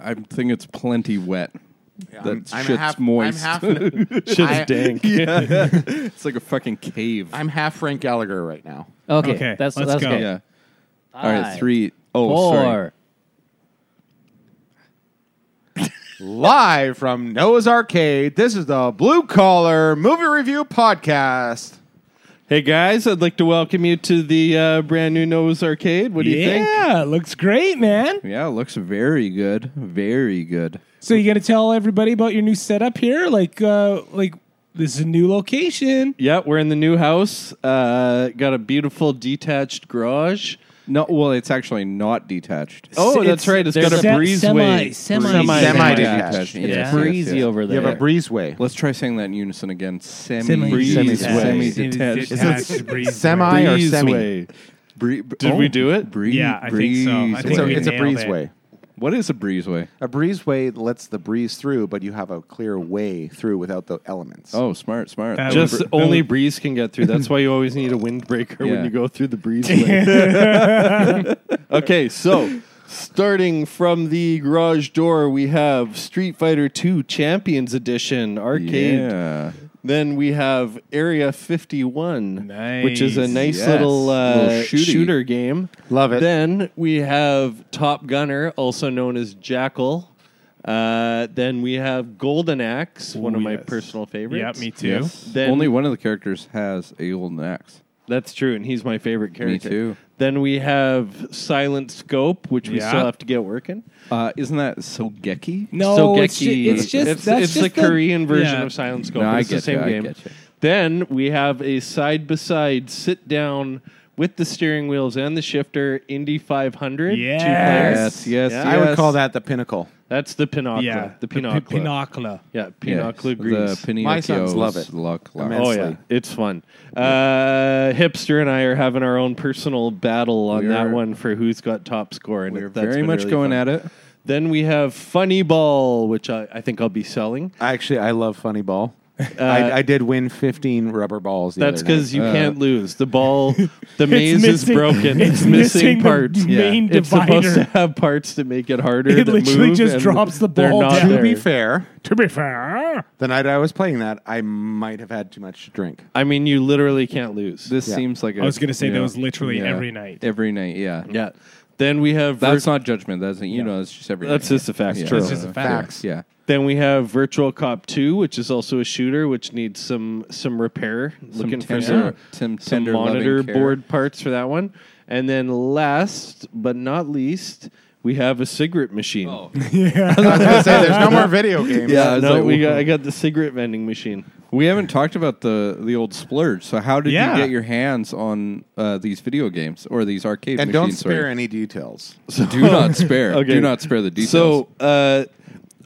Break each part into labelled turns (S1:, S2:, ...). S1: I think it's plenty wet.
S2: Yeah,
S1: that
S2: I'm- I'm
S1: shit's
S2: half- I'm
S1: moist.
S2: half-
S3: Shit's
S2: I-
S3: dank.
S1: It's like a fucking cave.
S2: I'm half Frank Gallagher right now.
S4: Okay,
S5: Okay,
S4: that's
S5: let's
S4: that's
S5: go.
S4: good.
S1: yeah. All right, three. Oh, sorry.
S4: four.
S2: Live from Noah's Arcade, this is the Blue Collar Movie Review Podcast.
S3: Hey guys, I'd like to welcome you to the uh, brand new Noah's Arcade. What do you think?
S5: Yeah, it looks great, man.
S1: Yeah, it looks very good. Very good.
S5: So you gonna tell everybody about your new setup here? Like, uh, like this is a new location.
S3: Yeah, we're in the new house. Uh, got a beautiful detached garage.
S1: No, well, it's actually not detached.
S3: Oh,
S5: it's-
S3: that's right. It's
S5: there's
S3: got a
S5: se-
S3: breezeway.
S4: semi-
S3: Breeze-
S4: semi-
S1: Yes,
S2: Semi-detached.
S4: It's
S1: yes,
S4: breezy
S1: yes.
S4: over there.
S2: You have a breezeway.
S1: Let's try saying that in unison again. Semi,
S4: Semi-
S1: breeze,
S3: Semi-detached.
S1: semi
S5: Semi-detached.
S1: detached.
S2: Semi or semi?
S3: Breezeway. Did we do it?
S1: Bree-
S5: Yeah, I think so. I
S1: breezeway.
S5: think
S2: So
S5: we
S2: it's a
S5: nailed it.
S2: breezeway.
S1: what is a breezeway?
S2: A breezeway lets the breeze through, but you have a clear way through without the elements.
S1: Oh, smart, smart.
S5: That
S1: Just-
S5: was-
S3: Just only breeze can get through. That's why you always need a windbreaker
S1: Yeah.
S3: when you go through the breezeway. okay, so starting from the garage door, we have Street Fighter II Champions Edition arcade.
S1: Yeah.
S3: Then we have Area 51,
S5: Nice.
S3: which is a nice
S1: Yes.
S3: little, uh,
S1: Little shooty.
S3: shooter game.
S2: Love it.
S3: Then we have Top Gunner, also known as Jackal. Uh, then we have Golden Axe, one of my
S5: yes.
S3: personal
S5: Yeah,
S3: favorites.
S5: me too.
S1: Yes.
S3: Then-
S1: Only one of the characters has a golden axe.
S3: That's true, and he's my favorite character.
S1: too.
S3: Then we have Silent Scope, which we
S5: Yeah.
S3: still have to get working.
S1: Uh, isn't that Sogeki?
S5: No, it's, ju-
S1: Sogeki.
S5: it's just
S3: it's,
S5: that's
S3: it's
S5: just
S3: the Korean version
S5: yeah.
S3: of Silent Scope.
S1: No,
S3: but
S1: I
S3: it's the
S1: get
S3: same
S1: you, I
S3: game.
S1: get you.
S3: Then we have a side by side sit down with the steering wheels and the shifter Indy 500. two
S5: Yes.
S3: player.
S1: Yes, yes,
S3: Yeah.
S2: I would
S1: yes.
S2: call that the pinnacle.
S3: That's the Pinocchio.
S5: Yeah,
S3: The
S5: pin-
S3: Pinocchio.
S5: Pinocchio.
S3: yeah,
S1: Yes,
S3: Pinocchio
S1: The
S3: Grease.
S1: Pinocchio's
S2: My sons love it.
S1: Luck, luck.
S2: Immense.
S3: Oh
S2: Honestly.
S3: yeah, it's fun. Uh, Hipster and I are having our own personal battle on
S1: We're-
S3: that one for who's got top score, and
S1: We're
S3: that's
S1: very
S3: been
S1: much
S3: really
S1: going
S3: fun.
S1: at it.
S3: Then we have Funny Ball, which I, I think I'll be selling.
S2: Actually, I love funny ball. I, I did win 15 rubber balls. The
S3: That's
S2: other night.
S3: because you can't lose. The ball, the maze
S5: Uh. missing-
S3: is broken. It's,
S5: it's missing
S3: missing
S5: the
S3: parts.
S5: main
S3: It's supposed
S5: divider.
S3: to have parts to make it harder.
S5: It
S3: that
S5: literally
S3: move,
S5: just
S3: and
S5: drops the
S3: they're
S5: ball
S3: not
S5: down.
S2: to be
S3: there.
S2: fair,
S5: To be fair,
S2: the night I was playing that, I might have had too much to drink.
S3: I mean, you literally can't lose.
S1: This
S2: Yeah.
S1: seems like a,
S5: I was gonna say that
S1: yeah,
S5: was literally
S1: yeah.
S5: every night. Mm.
S1: Every night, yeah.
S3: yeah. Then we have
S1: That's
S3: vir-
S1: not judgment. That's you know. It's just every.
S3: That's
S1: night.
S3: just a fact.
S1: Yeah.
S3: True.
S5: That's just a fact.
S2: Facts.
S1: Yeah.
S3: Then we have Virtual Cop 2, which is also a shooter, which needs some some repair. Looking for
S1: tender- some
S3: some, some
S1: tender loving
S3: monitor
S1: care.
S3: board parts for that one. And then last but not least, we have a cigarette machine.
S1: Oh.
S2: I was going to say, there's no more video games.
S1: Yeah. I was
S3: no,
S1: like,
S3: we got,
S1: whoa.
S3: I got the cigarette vending machine.
S1: We haven't talked about the the old splurge. So how did
S5: Yeah.
S1: you get your hands on uh, these video games or these arcade
S2: And don't
S1: machines?
S2: spare
S1: sorry.
S2: any details.
S1: Do not spare.
S3: Okay.
S1: Do not spare the details.
S3: So uh,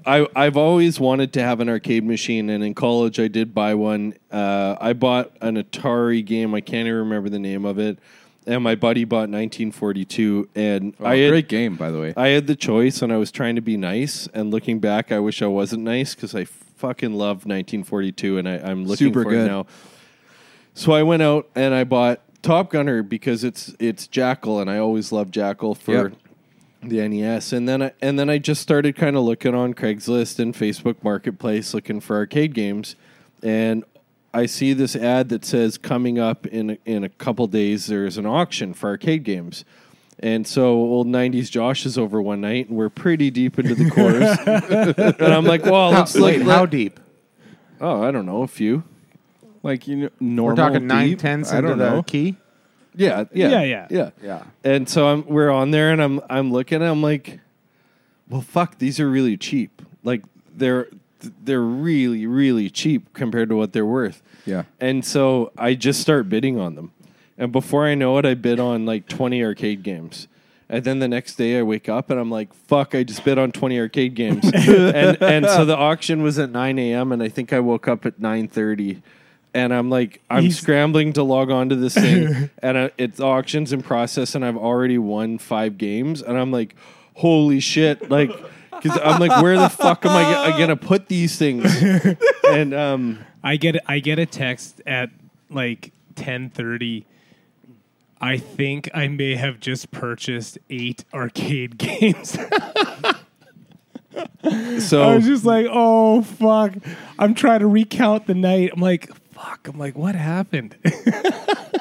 S3: I I've always wanted to have an arcade machine, and in college I did buy one. Uh, I bought an Atari game. I can't even remember the name of it. And my buddy bought 1942, and
S1: Oh,
S3: I had,
S1: great game, by the way.
S3: I had the choice, and I was trying to be nice. And looking back, I wish I wasn't nice because I fucking loved 1942, and I, I'm looking
S1: Super
S3: for
S1: good.
S3: it now. So I went out and I bought Top Gunner because it's it's Jackal, and I always loved Jackal for
S1: Yep.
S3: the NES. And then I, and then I just started kind of looking on Craigslist and Facebook Marketplace looking for arcade games, and I see this ad that says coming up in a- in a couple days there's an auction for arcade games. And so old 90s Josh is over one night and we're pretty deep into the course. and I'm like, well,
S2: How,
S3: Oh, let's
S2: wait,
S3: look.
S2: how deep?
S3: oh, I don't know, a few.
S1: like you know, normal.
S2: We're talking nine
S1: deep?
S2: tenths
S1: I
S2: into
S1: don't
S2: the
S1: know.
S2: key.
S3: Yeah, yeah,
S5: Yeah, yeah.
S3: yeah,
S2: Yeah.
S3: And so I'm we're on there, and I'm I'm looking, and I'm like, well, fuck, these are really cheap. Like they're they're really really cheap compared to what they're worth.
S1: Yeah.
S3: And so I just start bidding on them, and before I know it, I bid on like 20 arcade games. And then the next day I wake up and I'm like, fuck, I just bid on 20 arcade games. and and so the auction was at 9 a.m. and I think I woke up at 9.30 and I'm like, I'm
S5: He's-
S3: scrambling to log on to this thing, and uh, it's auctions in process, and I've already won five games, and I'm like, holy shit, like, because I'm like, where the fuck am I, go- I gonna put these things? and um,
S5: I get I get a text at like ten thirty. I think I may have just purchased eight arcade games. I
S3: So
S5: was just like, oh fuck. I'm trying to recount the night. I'm like, fuck. I'm like, what happened?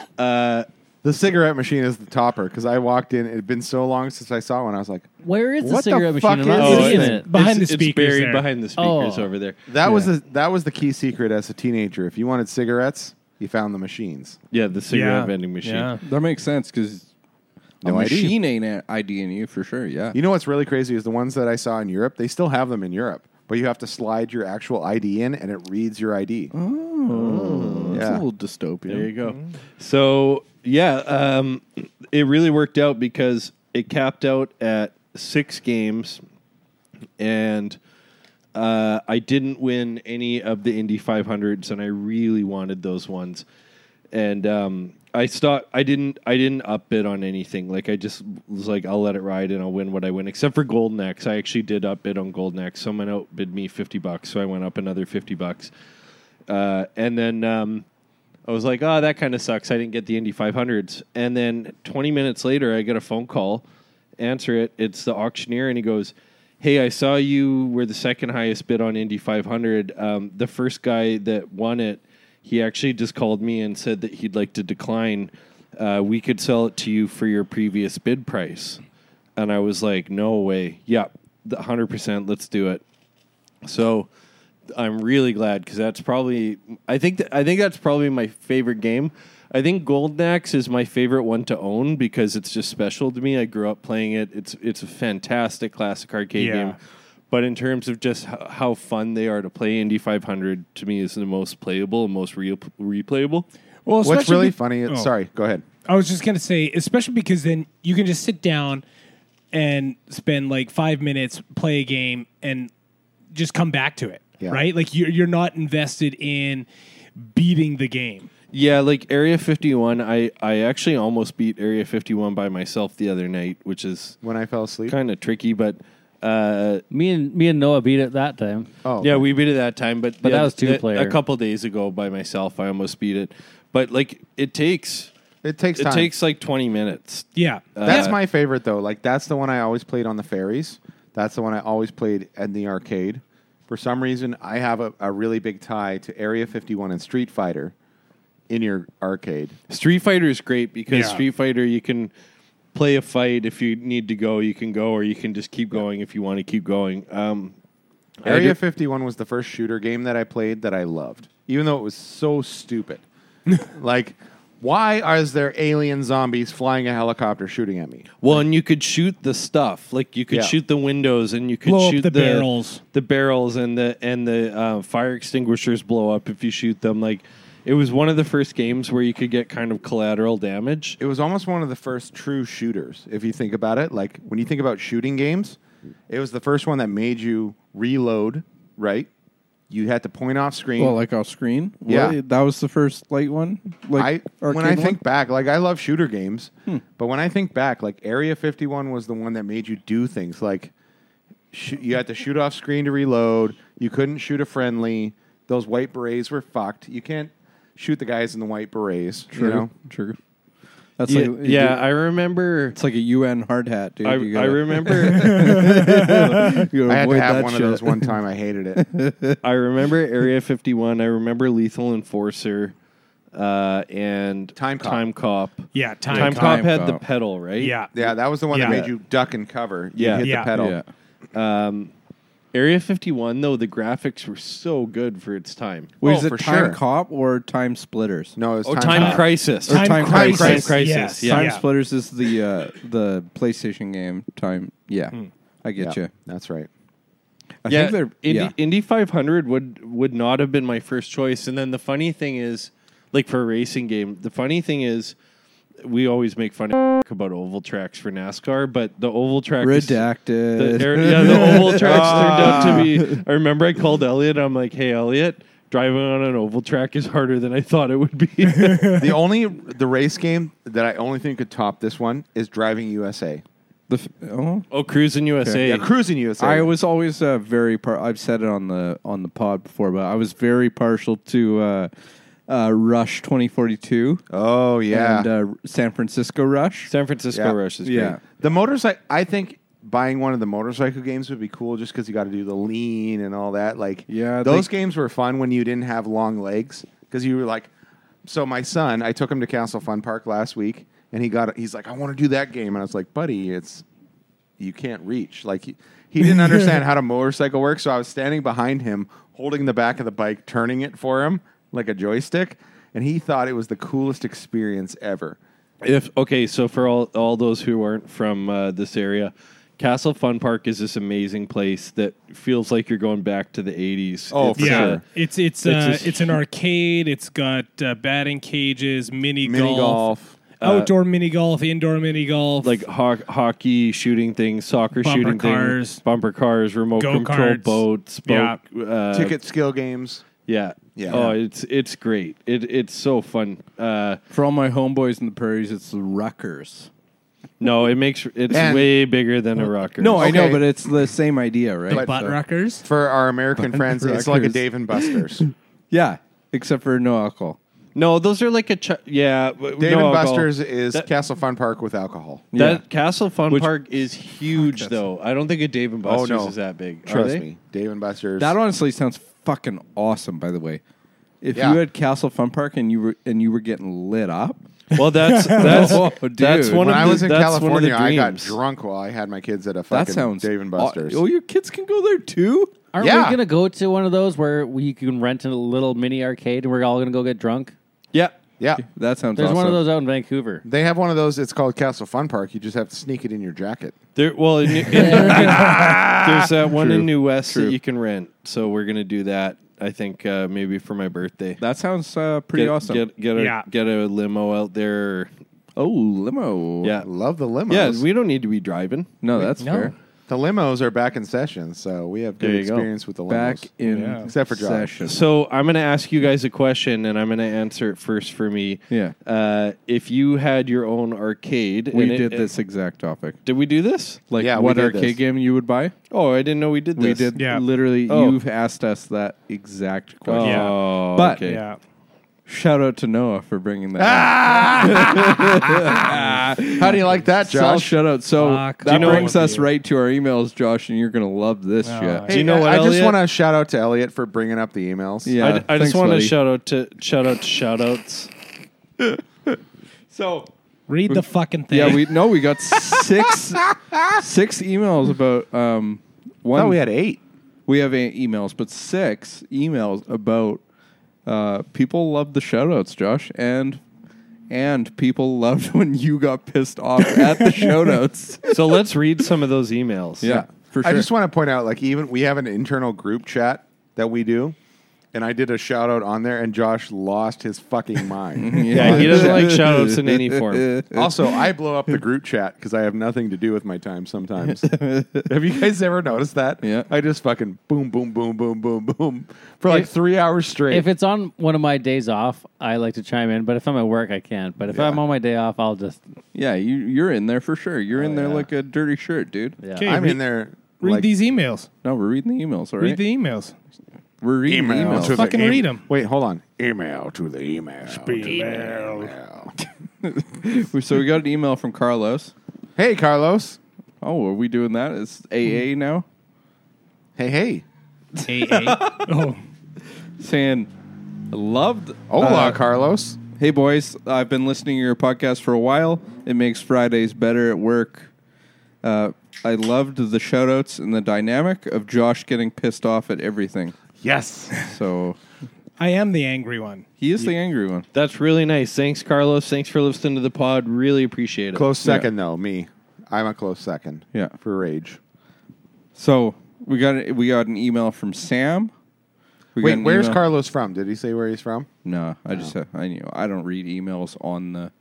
S2: The cigarette machine is the topper because I walked in. It had been so long since I saw one. I was like,
S4: Where is the
S2: What the
S4: cigarette
S2: fuck
S4: machine? I'm not
S2: is
S4: seeing
S2: this?
S4: Oh, it.
S5: behind
S3: it's,
S5: the
S3: it's
S5: speakers
S3: buried
S5: there.
S3: behind the speakers
S4: Oh.
S3: over there.
S2: that was
S3: Yeah.
S2: the, that was the key secret as a teenager. If you wanted cigarettes, you found the machines.
S3: yeah the cigarette
S5: Yeah.
S3: vending machine.
S5: Yeah.
S1: That makes sense because
S2: No
S1: a
S2: ID.
S1: machine ain't a- IDing you for sure. Yeah.
S2: You know what's really crazy is the ones that I saw in Europe. They still have them in Europe, but you have to slide your actual ID in, and it reads your ID.
S1: It's
S2: yeah.
S1: a little dystopian.
S3: There you go.
S2: Mm-hmm.
S3: So yeah, um, it really worked out because it capped out at six games, and uh, I didn't win any of the Indy 500s, and I really wanted those ones. And um, I stopped. I didn't. I didn't upbid on anything. Like I just was like, I'll let it ride, and I'll win what I win. Except for Golden X, I actually did upbid on Golden X. Someone outbid me fifty bucks, so I went up another fifty bucks. Uh, and then um, I was like, oh, that kind of sucks. I didn't get the Indy 500s. And then 20 minutes later, I get a phone call, answer it. It's the auctioneer, and he goes, hey, I saw you were the second highest bid on Indy 500. Um, the first guy that won it, he actually just called me and said that he'd like to decline. Uh, we could sell it to you for your previous bid price. And I was like, no way. Yeah, the 100%. Let's do it. So I'm really glad because that's probably I think th- I think that's probably my favorite game. I think Golden Axe is my favorite one to own because it's just special to me. I grew up playing it. It's it's a fantastic classic arcade
S5: Yeah.
S3: game. But in terms of just h- how fun they are to play, Indy 500 to me is the most playable and most real replayable.
S5: Well,
S2: What's
S5: especially
S2: really
S5: be-
S2: funny?
S5: Oh.
S2: Sorry, go ahead.
S5: I was just gonna say, especially because then you can just sit down and spend like five minutes, play a game, and just come back to it.
S2: Yeah.
S5: Right? Like you're you're not invested in beating the game.
S3: Yeah, like Area 51, I I actually almost beat Area 51 by myself the other night, which is
S2: When I fell asleep.
S3: kind of tricky, but uh
S4: Me and me and Noah beat it that time.
S2: Oh,
S3: Yeah, we beat it that time, but
S4: But
S3: the
S4: that
S3: oth-
S4: was two
S3: the-
S4: player.
S3: A couple days ago, by myself, I almost beat it. But like, it takes
S2: it takes
S3: it
S2: time.
S3: takes like twenty minutes.
S5: Yeah.
S3: Uh,
S2: That's my favorite though. Like that's the one I always played on the ferries. That's the one I always played at the arcade. For some reason, I have a, a really big tie to Area 51 and Street Fighter in your arcade.
S3: Street Fighter is great because
S5: Yeah.
S3: Street Fighter you can play a fight if you need to go, you can go, or you can just keep going if you want to keep going. Um, I
S2: Area
S3: do-
S2: 51 was the first shooter game that I played that I loved, even though it was so stupid. like, why are is there alien zombies flying a helicopter shooting at me?
S3: Well, and you could shoot the stuff. Like you could
S2: Yeah.
S3: shoot the windows, and you could
S5: Blow up
S3: shoot
S5: the barrels.
S3: the barrels, and the and the uh, fire extinguishers blow up if you shoot them. Like it was one of the first games where you could get kind of collateral damage.
S2: It was almost one of the first true shooters, if you think about it. Like when you think about shooting games, it was the first one that made you reload, right? You had to point off screen.
S1: Well, like off screen.
S2: Yeah.
S1: Really? that was the first light one.
S2: I
S1: Like
S2: when
S1: arcade
S2: I
S1: one? Hmm.
S2: think back, like I love shooter games, but when I think back, like Area 51 was the one that made you do things like sh- you had to shoot off screen to reload. You couldn't shoot a friendly. Those white berets were fucked. You can't shoot the guys in the white berets.
S1: True.
S2: You know,
S1: True. That's
S3: Yeah,
S1: like
S3: yeah, I remember.
S1: It's like a UN hard hat, dude.
S3: I,
S1: You
S3: I
S1: gotta-
S3: remember.
S1: you gotta
S2: I had to
S1: avoid
S2: have
S1: that
S2: one
S1: shit.
S2: of those one time. I hated it.
S3: I remember Area Fifty One. I remember Lethal Enforcer, uh, and
S2: Time Cop.
S3: Time Cop.
S5: Yeah, time,
S3: Time,
S5: cop.
S3: Cop
S1: Time
S3: had the
S1: Cop.
S3: pedal, right?
S5: Yeah.
S2: Yeah, that was the one
S5: Yeah.
S2: that made you duck and cover.
S3: Yeah.
S2: you hit
S5: Yeah.
S2: the pedal.
S1: Yeah.
S3: Area Fifty One though the graphics were so good for its time.
S1: Wait,
S2: Oh,
S1: is it
S2: for
S1: time
S2: sure.
S1: cop or time splitters?
S2: No, it's
S3: Oh,
S2: time,
S3: Time,
S2: Cop.
S3: Crisis.
S1: Or Time
S5: crisis.
S1: Crisis.
S3: Time Crisis,
S5: Yes.
S3: yeah.
S1: Time
S5: Yeah.
S1: splitters is the uh, the PlayStation game. Time. Yeah, I get
S2: Hmm. Yeah,
S1: you.
S2: that's right.
S1: I
S3: yeah,
S1: think they're
S3: Indy,
S1: yeah.
S3: Indy 500 would would not have been my first choice. And then the funny thing is, like for a racing game, the funny thing is, we always make fun of about oval tracks for NASCAR, but the oval track is-
S1: redacted.
S3: the, er, yeah, the oval tracks turned
S2: Ah.
S3: out to be. I remember I called Elliot. I'm like, hey, Elliot, driving on an oval track is harder than I thought it would be.
S2: the only the race game that I only think could top this one is Driving USA.
S1: The f- oh.
S3: oh, cruising USA.
S2: Yeah, Cruising USA.
S1: I was always uh, very par- I've said it on the on the pod before, but I was very partial to uh, uh, Rush 2042
S2: oh yeah.
S1: and uh, San Francisco Rush.
S3: San Francisco
S2: Yeah.
S3: Rush is
S1: Yeah.
S3: great.
S2: the motorcycle. I think buying one of the motorcycle games would be cool just because you got to do the lean and all that. Like,
S3: Yeah, I
S2: those
S3: think-
S2: games were fun when you didn't have long legs because you were like, so my son, I took him to Castle Fun Park last week and he got, he's like, I want to do that game. And I was like, buddy, it's, you can't reach. Like, he, he didn't understand how to motorcycle work. So I was standing behind him, holding the back of the bike, turning it for him like a joystick. And he thought it was the coolest experience ever.
S3: If okay, so for all all those who aren't from uh, this area, Castle Fun Park is this amazing place that feels like you're going back to the '80s.
S2: Oh,
S3: It's,
S2: for
S5: yeah,
S2: sure.
S5: it's it's
S3: It's
S5: uh,
S3: just-
S5: it's an arcade. It's got uh, batting cages, mini,
S2: Mini golf.
S5: outdoor mini golf, indoor mini golf,
S3: like ho- hockey shooting things, soccer
S5: Bumper
S3: shooting
S5: cars.
S3: things, bumper cars, remote control
S5: Go-karts.
S3: boats, boat, uh,
S2: Ticket skill games.
S3: Yeah,
S2: Yeah.
S3: Oh, it's it's great. It it's so fun. Uh,
S1: For all my homeboys in the prairies, it's the Ruckers.
S3: no, it makes it's
S2: And-
S3: way bigger than a rocker.
S1: No, I know,
S2: Okay.
S1: but it's the same idea, right?
S2: But-
S5: butt
S1: So-
S5: rockers.
S2: For our American friends, it's like a
S1: Ruckers.
S2: Dave and Buster's.
S1: Yeah, except for no alcohol.
S3: no, those are like a ch- yeah. Dave
S2: Dave and Buster's is
S3: That-
S2: Castle Fun Park with alcohol.
S3: That
S1: Yeah.
S3: Castle Fun Park is huge, though. I don't think a Dave and Buster's
S2: Oh, no.
S3: is that big. Are
S2: Trust
S3: they?
S2: me, Dave and Buster's.
S1: That honestly sounds fucking awesome. By the way, if
S2: Yeah.
S1: you had Castle Fun Park and you were and you were getting lit up,
S3: Well, that's that's
S1: Oh,
S3: that's
S1: dude.
S3: one
S2: when
S3: of
S2: I
S3: the,
S2: was in
S3: that's
S2: California,
S3: one of the
S2: I got
S3: dreams.
S2: drunk while I had my kids at a
S1: that
S2: fucking
S1: sounds
S2: Dave and Buster's.
S1: Oh, your kids can go there too.
S4: Aren't
S2: Yeah.
S4: we gonna go to one of those where we can rent a little mini arcade and we're all gonna go get drunk?
S1: Yeah,
S2: yeah,
S1: that sounds.
S4: There's
S1: awesome.
S4: one of those out in Vancouver.
S2: they have one of those. It's called Castle Fun Park. You just have to sneak it in your jacket.
S3: There, well, in, in, there's that one
S2: True.
S3: in New West
S2: True.
S3: that you can rent. So we're gonna do that. I think uh, maybe for my birthday.
S1: That sounds uh, pretty
S3: get,
S1: awesome.
S3: Get get a,
S5: Yeah.
S3: get a limo out there.
S1: oh, limo.
S3: Yeah,
S2: Love the limos.
S3: yeah. We don't need to be driving.
S1: No, that's
S4: No.
S1: fair.
S2: the limos are back in session, so we have good
S3: There you go.
S2: experience with the limos.
S1: Back in
S5: Yeah.
S2: Except for Josh.
S1: session.
S3: So I'm going to ask you guys a question, and I'm going to answer it first for me.
S1: Yeah.
S3: Uh, if you had your own arcade,
S1: we
S3: and it-
S1: did
S3: it-
S1: this exact topic.
S3: Did we do this?
S1: Like
S2: Yeah, we
S1: what
S2: did
S1: arcade
S2: this.
S1: game you would buy?
S3: Oh, I didn't know we did this.
S1: We did
S5: Yeah.
S1: literally.
S3: Oh.
S1: You've asked us that exact
S3: Oh,
S1: question.
S5: Yeah.
S1: But-
S3: okay.
S5: Yeah,
S1: Shout out to Noah for bringing
S2: Ah!
S1: that.
S2: How do you like that,
S1: up. Josh,
S2: Josh?
S1: shout out. So
S5: Fuck.
S1: that
S5: Do you know-
S1: brings us right to our emails, Josh, and you're gonna love this
S5: Oh,
S1: shit.
S5: yeah.
S3: Do you know what,
S2: I, I just
S3: Elliot?
S2: want to shout out to Elliot for bringing up the emails.
S1: Yeah.
S3: I, d- I
S1: thanks,
S3: just want to
S1: buddy.
S3: shout out to shout out to shout outs.
S1: So
S5: read the fucking thing.
S1: yeah, we no, we got six six emails about um
S2: I
S1: one.
S2: thought we had eight.
S1: we have eight emails, but six emails about uh, people love the shout outs, Josh, and and people loved when you got pissed off at the shout outs.
S3: So let's read some of those emails.
S1: Yeah, for sure.
S2: I just want to point out, like, even we have an internal group chat that we do, and I did a shout out on there, and Josh lost his fucking mind.
S3: Yeah, he doesn't like shout outs in any form.
S2: Also, I blow up the group chat because I have nothing to do with my time sometimes. have you guys ever noticed that?
S1: Yeah.
S2: I just fucking boom, boom, boom, boom, boom, boom for like three hours straight.
S4: If it's on one of my days off, I like to chime in. But if I'm at work, I can't. But if I'm on my day off, I'll just
S1: yeah, you you're in there for sure. You're in there
S2: yeah.
S1: like a dirty shirt, dude.
S4: yeah.
S5: Okay.
S2: I'm
S5: read-
S2: in there.
S5: read
S2: like,
S5: these emails.
S1: No, we're reading the emails, all right?
S5: Read the emails.
S1: we're reading the
S2: email
S1: emails.
S2: to the
S5: Fucking
S2: em-
S5: read 'em.
S2: Wait, hold on. Email to the email.
S1: We- So we got an email from Carlos.
S2: Hey, Carlos.
S1: Oh, are we doing that? It's AA now
S2: Hey, hey.
S5: oh,
S1: saying loved
S2: Hola,
S1: uh,
S2: Carlos.
S1: Hey boys, I've been listening to your podcast for a while. It makes Fridays better at work. Uh, I loved the shout outs and the dynamic of Josh getting pissed off at everything.
S2: Yes.
S1: So
S5: I am the angry one.
S1: he is the angry one.
S3: That's really nice. Thanks, Carlos. Thanks for listening to the pod. Really appreciate it.
S2: Close second though, me. I'm a close second.
S1: Yeah.
S2: For rage.
S1: So we got a, we got an email from Sam. We got
S2: Wait,
S1: an
S2: where's
S1: email-
S2: Carlos from? Did he say where he's from?
S1: No, I just have, I you know I don't read emails on the,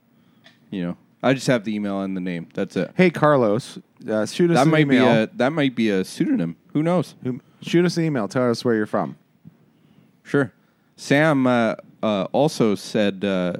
S1: you know I just have the email and the name. That's it.
S2: Hey Carlos, uh, shoot us
S1: That
S2: an
S1: might be
S2: email.
S1: a that might be a pseudonym. Who knows?
S2: Who- shoot us an email. Tell us where you're from.
S1: Sure. Sam uh, uh, also said uh,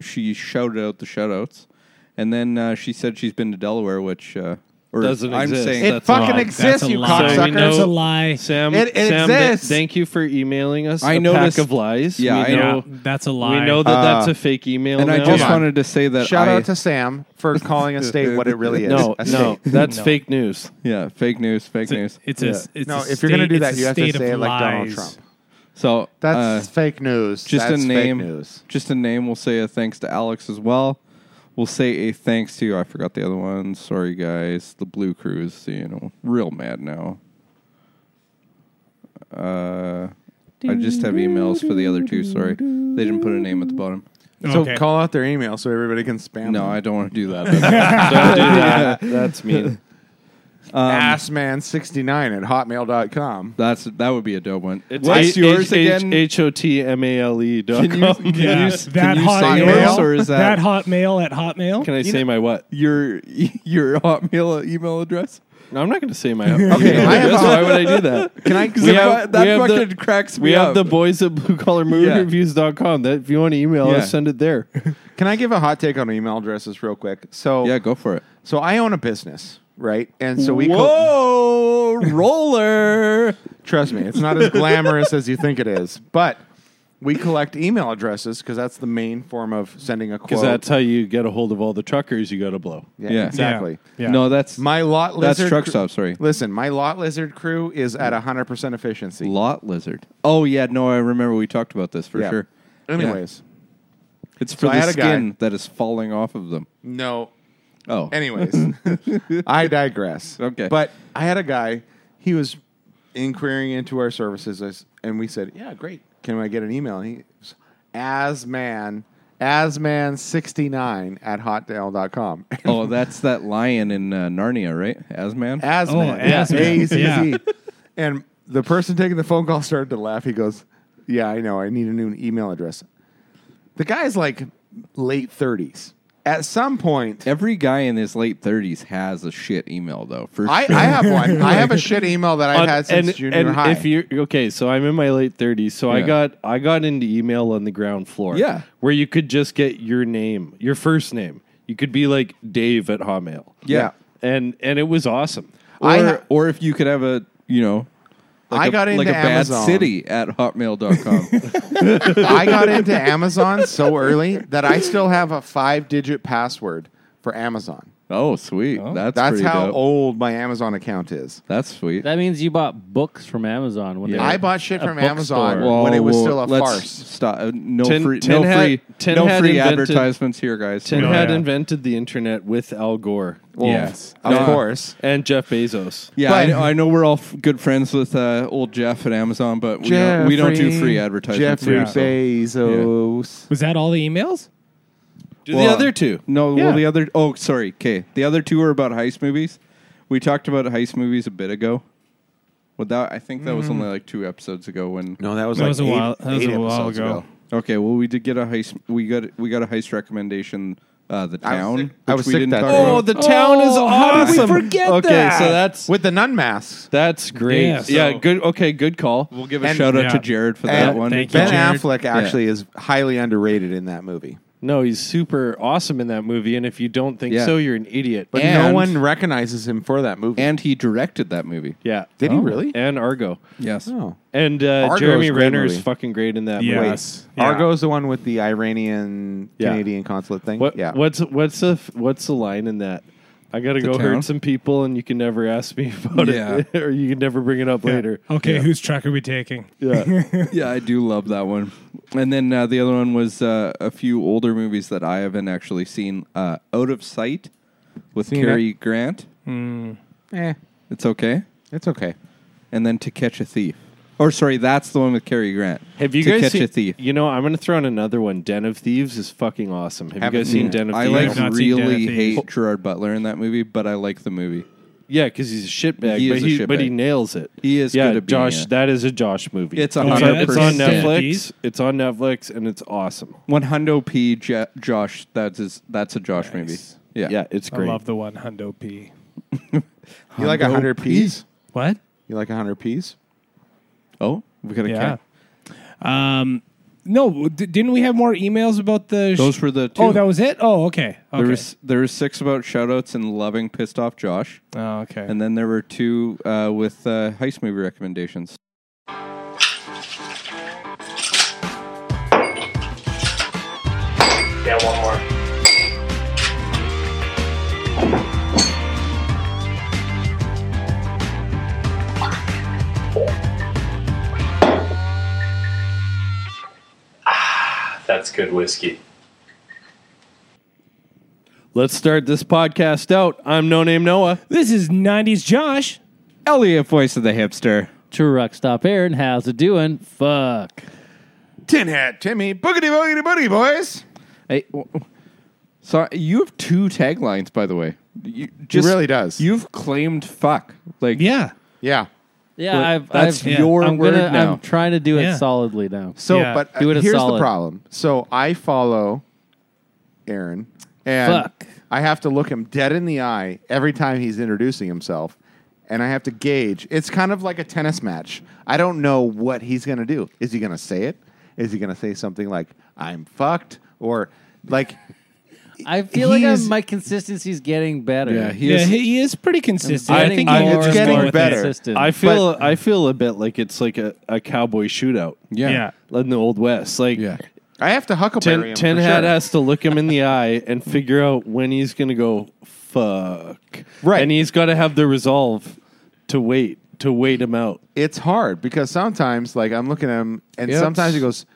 S1: she shouted out the shout outs. And then uh, she said she's been to Delaware, which uh, Or
S3: Doesn't
S1: I'm
S3: exist.
S1: saying
S2: It
S3: That's
S2: fucking
S3: wrong.
S2: exists, you
S5: Uh, lie.
S4: So we
S2: cocksucker.
S4: know-
S5: That's a lie.
S3: Sam,
S2: It- it
S3: Sam, th-
S2: exists.
S3: thank you for emailing us
S1: I
S3: a
S1: noticed-
S3: pack of lies.
S1: Yeah, I
S3: we know,
S5: Yeah, that's a lie.
S3: we know that
S2: Uh,
S3: that's a fake email.
S1: and I
S3: now.
S1: just
S2: Hold on.
S1: wanted to say that
S2: Shout
S1: I,
S2: out to Sam for calling a state what it really is.
S3: no,
S2: A
S3: no,
S2: state.
S3: that's
S5: No.
S3: fake news.
S1: yeah, fake news, fake
S5: It's a-
S1: news.
S5: It's
S3: Yeah.
S5: a, it's
S2: No,
S5: a
S2: if you're gonna
S5: state-
S2: do that,
S5: it's a
S2: you have to
S5: state of
S2: say it like Donald
S5: lies. Uh,
S2: Trump.
S1: So
S2: That's
S1: uh,
S2: fake news.
S1: just
S2: That's
S1: a
S2: Fake
S1: name.
S2: news.
S1: Just a name. We'll say a thanks to Alex as well. We'll say a thanks to I forgot the other one. Sorry guys, the Blue Cruise. You know, real mad now. Uh, I just have emails for the other two. Sorry, they didn't put a name at the bottom.
S5: Okay.
S2: So call out their email so everybody can spam.
S1: No,
S2: them.
S1: I don't want to do that.
S3: Don't do that. That's mean.
S2: assman69 at hotmail.com.
S1: That's that would be a dope one.
S3: It's
S1: What's
S3: H-
S1: yours
S3: H-
S1: again?
S3: H O T M A L E dot
S1: Can you, can
S3: com.
S1: you,
S5: Yeah.
S1: s- can you say
S2: hotmail?
S1: yours or is that,
S5: hotmail at hotmail?
S3: Can I say my what?
S1: your your hotmail email address?
S3: No, I'm not going to say my. okay,
S2: I have a-
S3: why would I do that?
S2: Can I?
S3: We
S1: that
S3: have-
S1: that
S3: we have the-
S1: fucking cracks me
S3: We have
S1: up.
S3: the boys at blue collar movie
S1: Yeah.
S3: reviews.com. That if you want to email
S1: Yeah.
S3: us, send it there.
S2: Can I give a hot take on email addresses real quick? So
S1: yeah, go for it.
S2: So I own a business, right? And so we co-
S3: Oh,
S1: Whoa, roller!
S2: trust me, it's not as glamorous as you think it is, but we collect email addresses because that's the main form of sending a quote.
S3: Because that's how you get a hold of all the truckers you got to blow.
S2: yeah,
S1: Yeah.
S2: exactly.
S5: Yeah.
S1: No, that's my
S2: My lot
S1: that's
S2: lizard
S1: truck
S2: cr-
S1: stop. Sorry,
S2: Listen, my lot lizard crew is at 100% efficiency.
S1: lot lizard. Oh yeah, no, I remember we talked about this for
S2: Yeah.
S1: sure.
S2: Anyways,
S1: It's for
S2: So I
S1: the
S2: had a guy-
S1: skin that is falling off of them.
S2: no.
S1: Oh,
S2: Anyways, I digress.
S1: Okay.
S2: But I had a guy, he was inquiring into our services, I s- and we said, Yeah, great. Can I get an email? And he was asman, asman69 at hotmail.com.
S1: oh, that's that lion in uh, Narnia, right? Asman.
S2: Asman.
S5: Oh,
S2: yeah,
S5: Asman.
S2: A-Z-Z. And the person taking the phone call started to laugh. He goes, Yeah, I know. I need a new email address. The guy's like late 30s. At some point,
S1: Every guy in his late thirties has a shit email though. For
S2: I,
S1: sure.
S2: I have one. I have a shit email that I've
S3: On-
S2: had since junior
S3: and
S2: high.
S3: If you okay, so I'm in my late 30s, so I
S1: Yeah.
S3: got I got into email on the ground floor.
S1: Yeah.
S3: where you could just get your name, your first name. You could be like Dave at Hotmail.
S1: yeah.
S3: and and it was awesome.
S1: Or,
S2: I ha-
S1: or if you could have a you know,
S2: I
S1: a-
S2: got into
S1: like a
S2: Amazon.
S1: bad city at hotmail.com.
S2: I got into Amazon so early that I still have a five digit password for Amazon.
S1: oh, sweet. That's
S2: That's
S1: pretty
S2: how
S1: dope.
S2: old my Amazon account is.
S1: That's sweet.
S4: That means you bought books from Amazon. When they
S2: I
S4: were
S2: bought shit
S4: a
S2: from
S4: bookstore.
S2: Amazon. when it was still a
S1: let's
S2: farce.
S1: Stop. Uh, No
S3: Tin-
S1: free, no
S3: Tin had-
S1: free,
S3: Tin
S1: no
S3: had
S1: free
S3: invented-
S1: advertisements here, guys.
S3: Tin
S5: Oh,
S3: had
S5: yeah.
S3: invented the internet with Al Gore
S5: Yes.
S2: Of course.
S3: and Jeff Bezos.
S1: yeah, I
S2: But-
S1: know, I know we're all f- good friends with uh, old Jeff at Amazon, but we, don't, we don't do free advertisements.
S2: Jeffrey
S1: here, so-
S2: Bezos.
S5: Was that all the emails?
S3: Do
S1: Well,
S3: the other two.
S1: No,
S3: Yeah.
S1: well, the other. Oh, sorry. Okay, the other two are about heist movies. We talked about heist movies a bit ago. Well, that I think that was only like two episodes ago. When
S2: Mm. No, that was
S5: That
S2: like
S5: was a
S2: eight-
S5: while- that was
S2: eight
S5: a while
S2: episodes
S5: ago.
S1: okay, well, we did get a heist. We got we got a heist recommendation. Uh, the
S2: I was
S1: town.
S2: sick- I
S1: which
S2: was
S1: we
S2: sick
S1: didn't
S2: that
S1: talk
S2: day.
S1: about.
S3: Oh, the town is
S5: Oh, how did
S3: awesome.
S5: we forget
S3: okay,
S5: that?
S3: so that's
S2: With the nun masks.
S3: that's great.
S5: Yeah,
S3: Yeah,
S5: so-
S3: good. Okay, good call.
S1: We'll give a
S2: And-
S1: shout out
S5: yeah.
S1: to Jared for
S2: And
S1: that one.
S5: thank you.
S2: Ben
S5: Jared.
S2: Affleck actually is highly underrated in that movie.
S3: No, he's super awesome in that movie, and if you don't think
S1: Yeah.
S3: so, you're an idiot.
S2: But
S1: And-
S2: no one recognizes him for that movie.
S1: And he directed that movie.
S3: yeah, Oh,
S2: Did he really?
S3: And Argo,
S1: Yes.
S2: oh.
S3: and uh,
S2: Argo's
S3: Jeremy
S2: a great
S3: Renner is
S2: movie.
S3: fucking great in that
S5: Yeah.
S3: movie.
S5: Yes. Yeah.
S2: Argo's the one with the Iranian
S3: Yeah.
S2: Canadian consulate thing.
S3: What,
S2: yeah.
S3: What's what's the f- what's the line in that? I gotta go
S1: town?
S3: hurt some people, and you can never ask me about it,
S1: Yeah.
S3: or you can never bring it up later.
S5: Okay, whose track are we taking?
S3: Yeah,
S1: yeah, I do love that one. And then uh, the other one was uh, a few older movies that I haven't actually seen. Uh, Out of Sight with
S2: Seen
S1: Cary Grant.
S5: Hmm.
S2: Eh,
S1: It's okay.
S2: it's okay.
S1: And then To Catch a Thief. Or sorry, that's the one with Cary Grant.
S3: have you
S1: to
S3: guys
S1: Catch
S3: seen,
S1: a Thief?
S3: You know, I'm gonna throw in another one. Den of Thieves is fucking awesome. Have
S2: Haven't
S3: you guys
S2: seen
S3: seen
S2: it.
S3: Den of
S1: I
S3: Thieves?
S1: like
S5: I've not seen Den
S1: really
S5: of Thieves.
S1: hate Gerard Butler in that movie, but I like the movie.
S3: Yeah, because he's a shitbag,
S1: He
S3: but
S1: is a
S3: he but
S1: shitbag.
S3: he nails it.
S1: He is
S3: yeah,
S1: good at being
S3: Josh.
S1: a-
S3: That is a Josh movie.
S1: It's a
S5: Oh, yeah,
S3: on, it's on
S5: 100%.
S3: Netflix. It's on Netflix, and it's awesome.
S1: One Hundo P. J- Josh. That's his, that's a Josh movie. Yeah.
S3: Yeah, it's
S5: I
S3: great.
S5: love the one Hundo P.
S2: You like 100 P's?
S5: What?
S2: You like 100 P's?
S1: Oh, we got a
S5: Yeah.
S1: cat.
S5: Um, No, d- didn't we have more emails about the?
S1: Those were the two.
S5: Oh, that was it. Oh, okay. okay.
S1: There was there was six about shoutouts and loving pissed off Josh,
S5: oh, okay.
S1: and then there were two uh, with uh, heist movie recommendations.
S6: Yeah, one more. Ah, That's good whiskey.
S3: Let's start this podcast out. I'm No Name Noah.
S5: this is '90s Josh.
S1: Elliot, voice of the hipster.
S4: Truck stop Aaron, how's it doing? Fuck.
S2: Tin Hat Timmy, boogity boogity boogity boys.
S1: Hey, w- so you have two taglines, by the way. You just,
S2: really does.
S1: You've claimed fuck. Like
S5: Yeah.
S2: Yeah.
S4: Yeah, I've,
S1: that's
S4: I've,
S1: your
S4: I'm
S1: word
S4: gonna,
S1: now.
S4: I'm trying to do
S5: Yeah.
S4: it solidly now.
S2: So,
S5: Yeah.
S2: but uh,
S4: Do it a
S2: here's the
S4: solid.
S2: problem. So I follow Aaron, and
S4: Fuck.
S2: I have to look him dead in the eye every time he's introducing himself, and I have to gauge. It's kind of like a tennis match. I don't know what he's going to do. Is he going to say it? Is he going to say something like "I'm fucked" or like
S4: I feel like I'm,
S2: He's-
S4: my consistency's getting better.
S3: Yeah, he
S5: Yeah,
S3: is.
S5: he, he is pretty consistent. I,
S4: Getting
S5: think
S4: more
S5: he
S2: it's
S5: is
S4: and
S2: getting
S4: more
S5: going with
S2: better.
S5: it.
S4: consistent.
S3: I feel I feel a bit like it's like a, a cowboy shootout
S1: yeah.
S5: Yeah.
S3: in the old west. Like
S1: Yeah.
S2: I have to huckleberry
S3: Tin,
S2: him?
S3: Tin
S2: for
S3: Hat
S2: sure.
S3: has to look him in the eye and figure out when he's going to go fuck.
S2: Right.
S3: and he's got to have the resolve to wait to wait him out.
S2: it's hard because sometimes like I'm looking at him and
S3: Yeah,
S2: sometimes
S3: it's-
S2: he goes,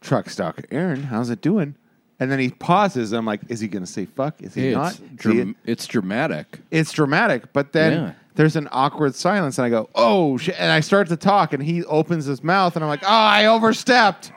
S2: Truck stock Aaron, how's it doing? And then he pauses. I'm like, is he gonna say fuck? Is he
S1: Hey,
S2: not?
S1: it's,
S2: Is
S1: dram-
S2: he-
S1: it's dramatic.
S2: it's dramatic, but then
S1: Yeah.
S2: there's an awkward silence and I go, Oh shit and I start to talk and he opens his mouth and I'm like, Oh, I overstepped.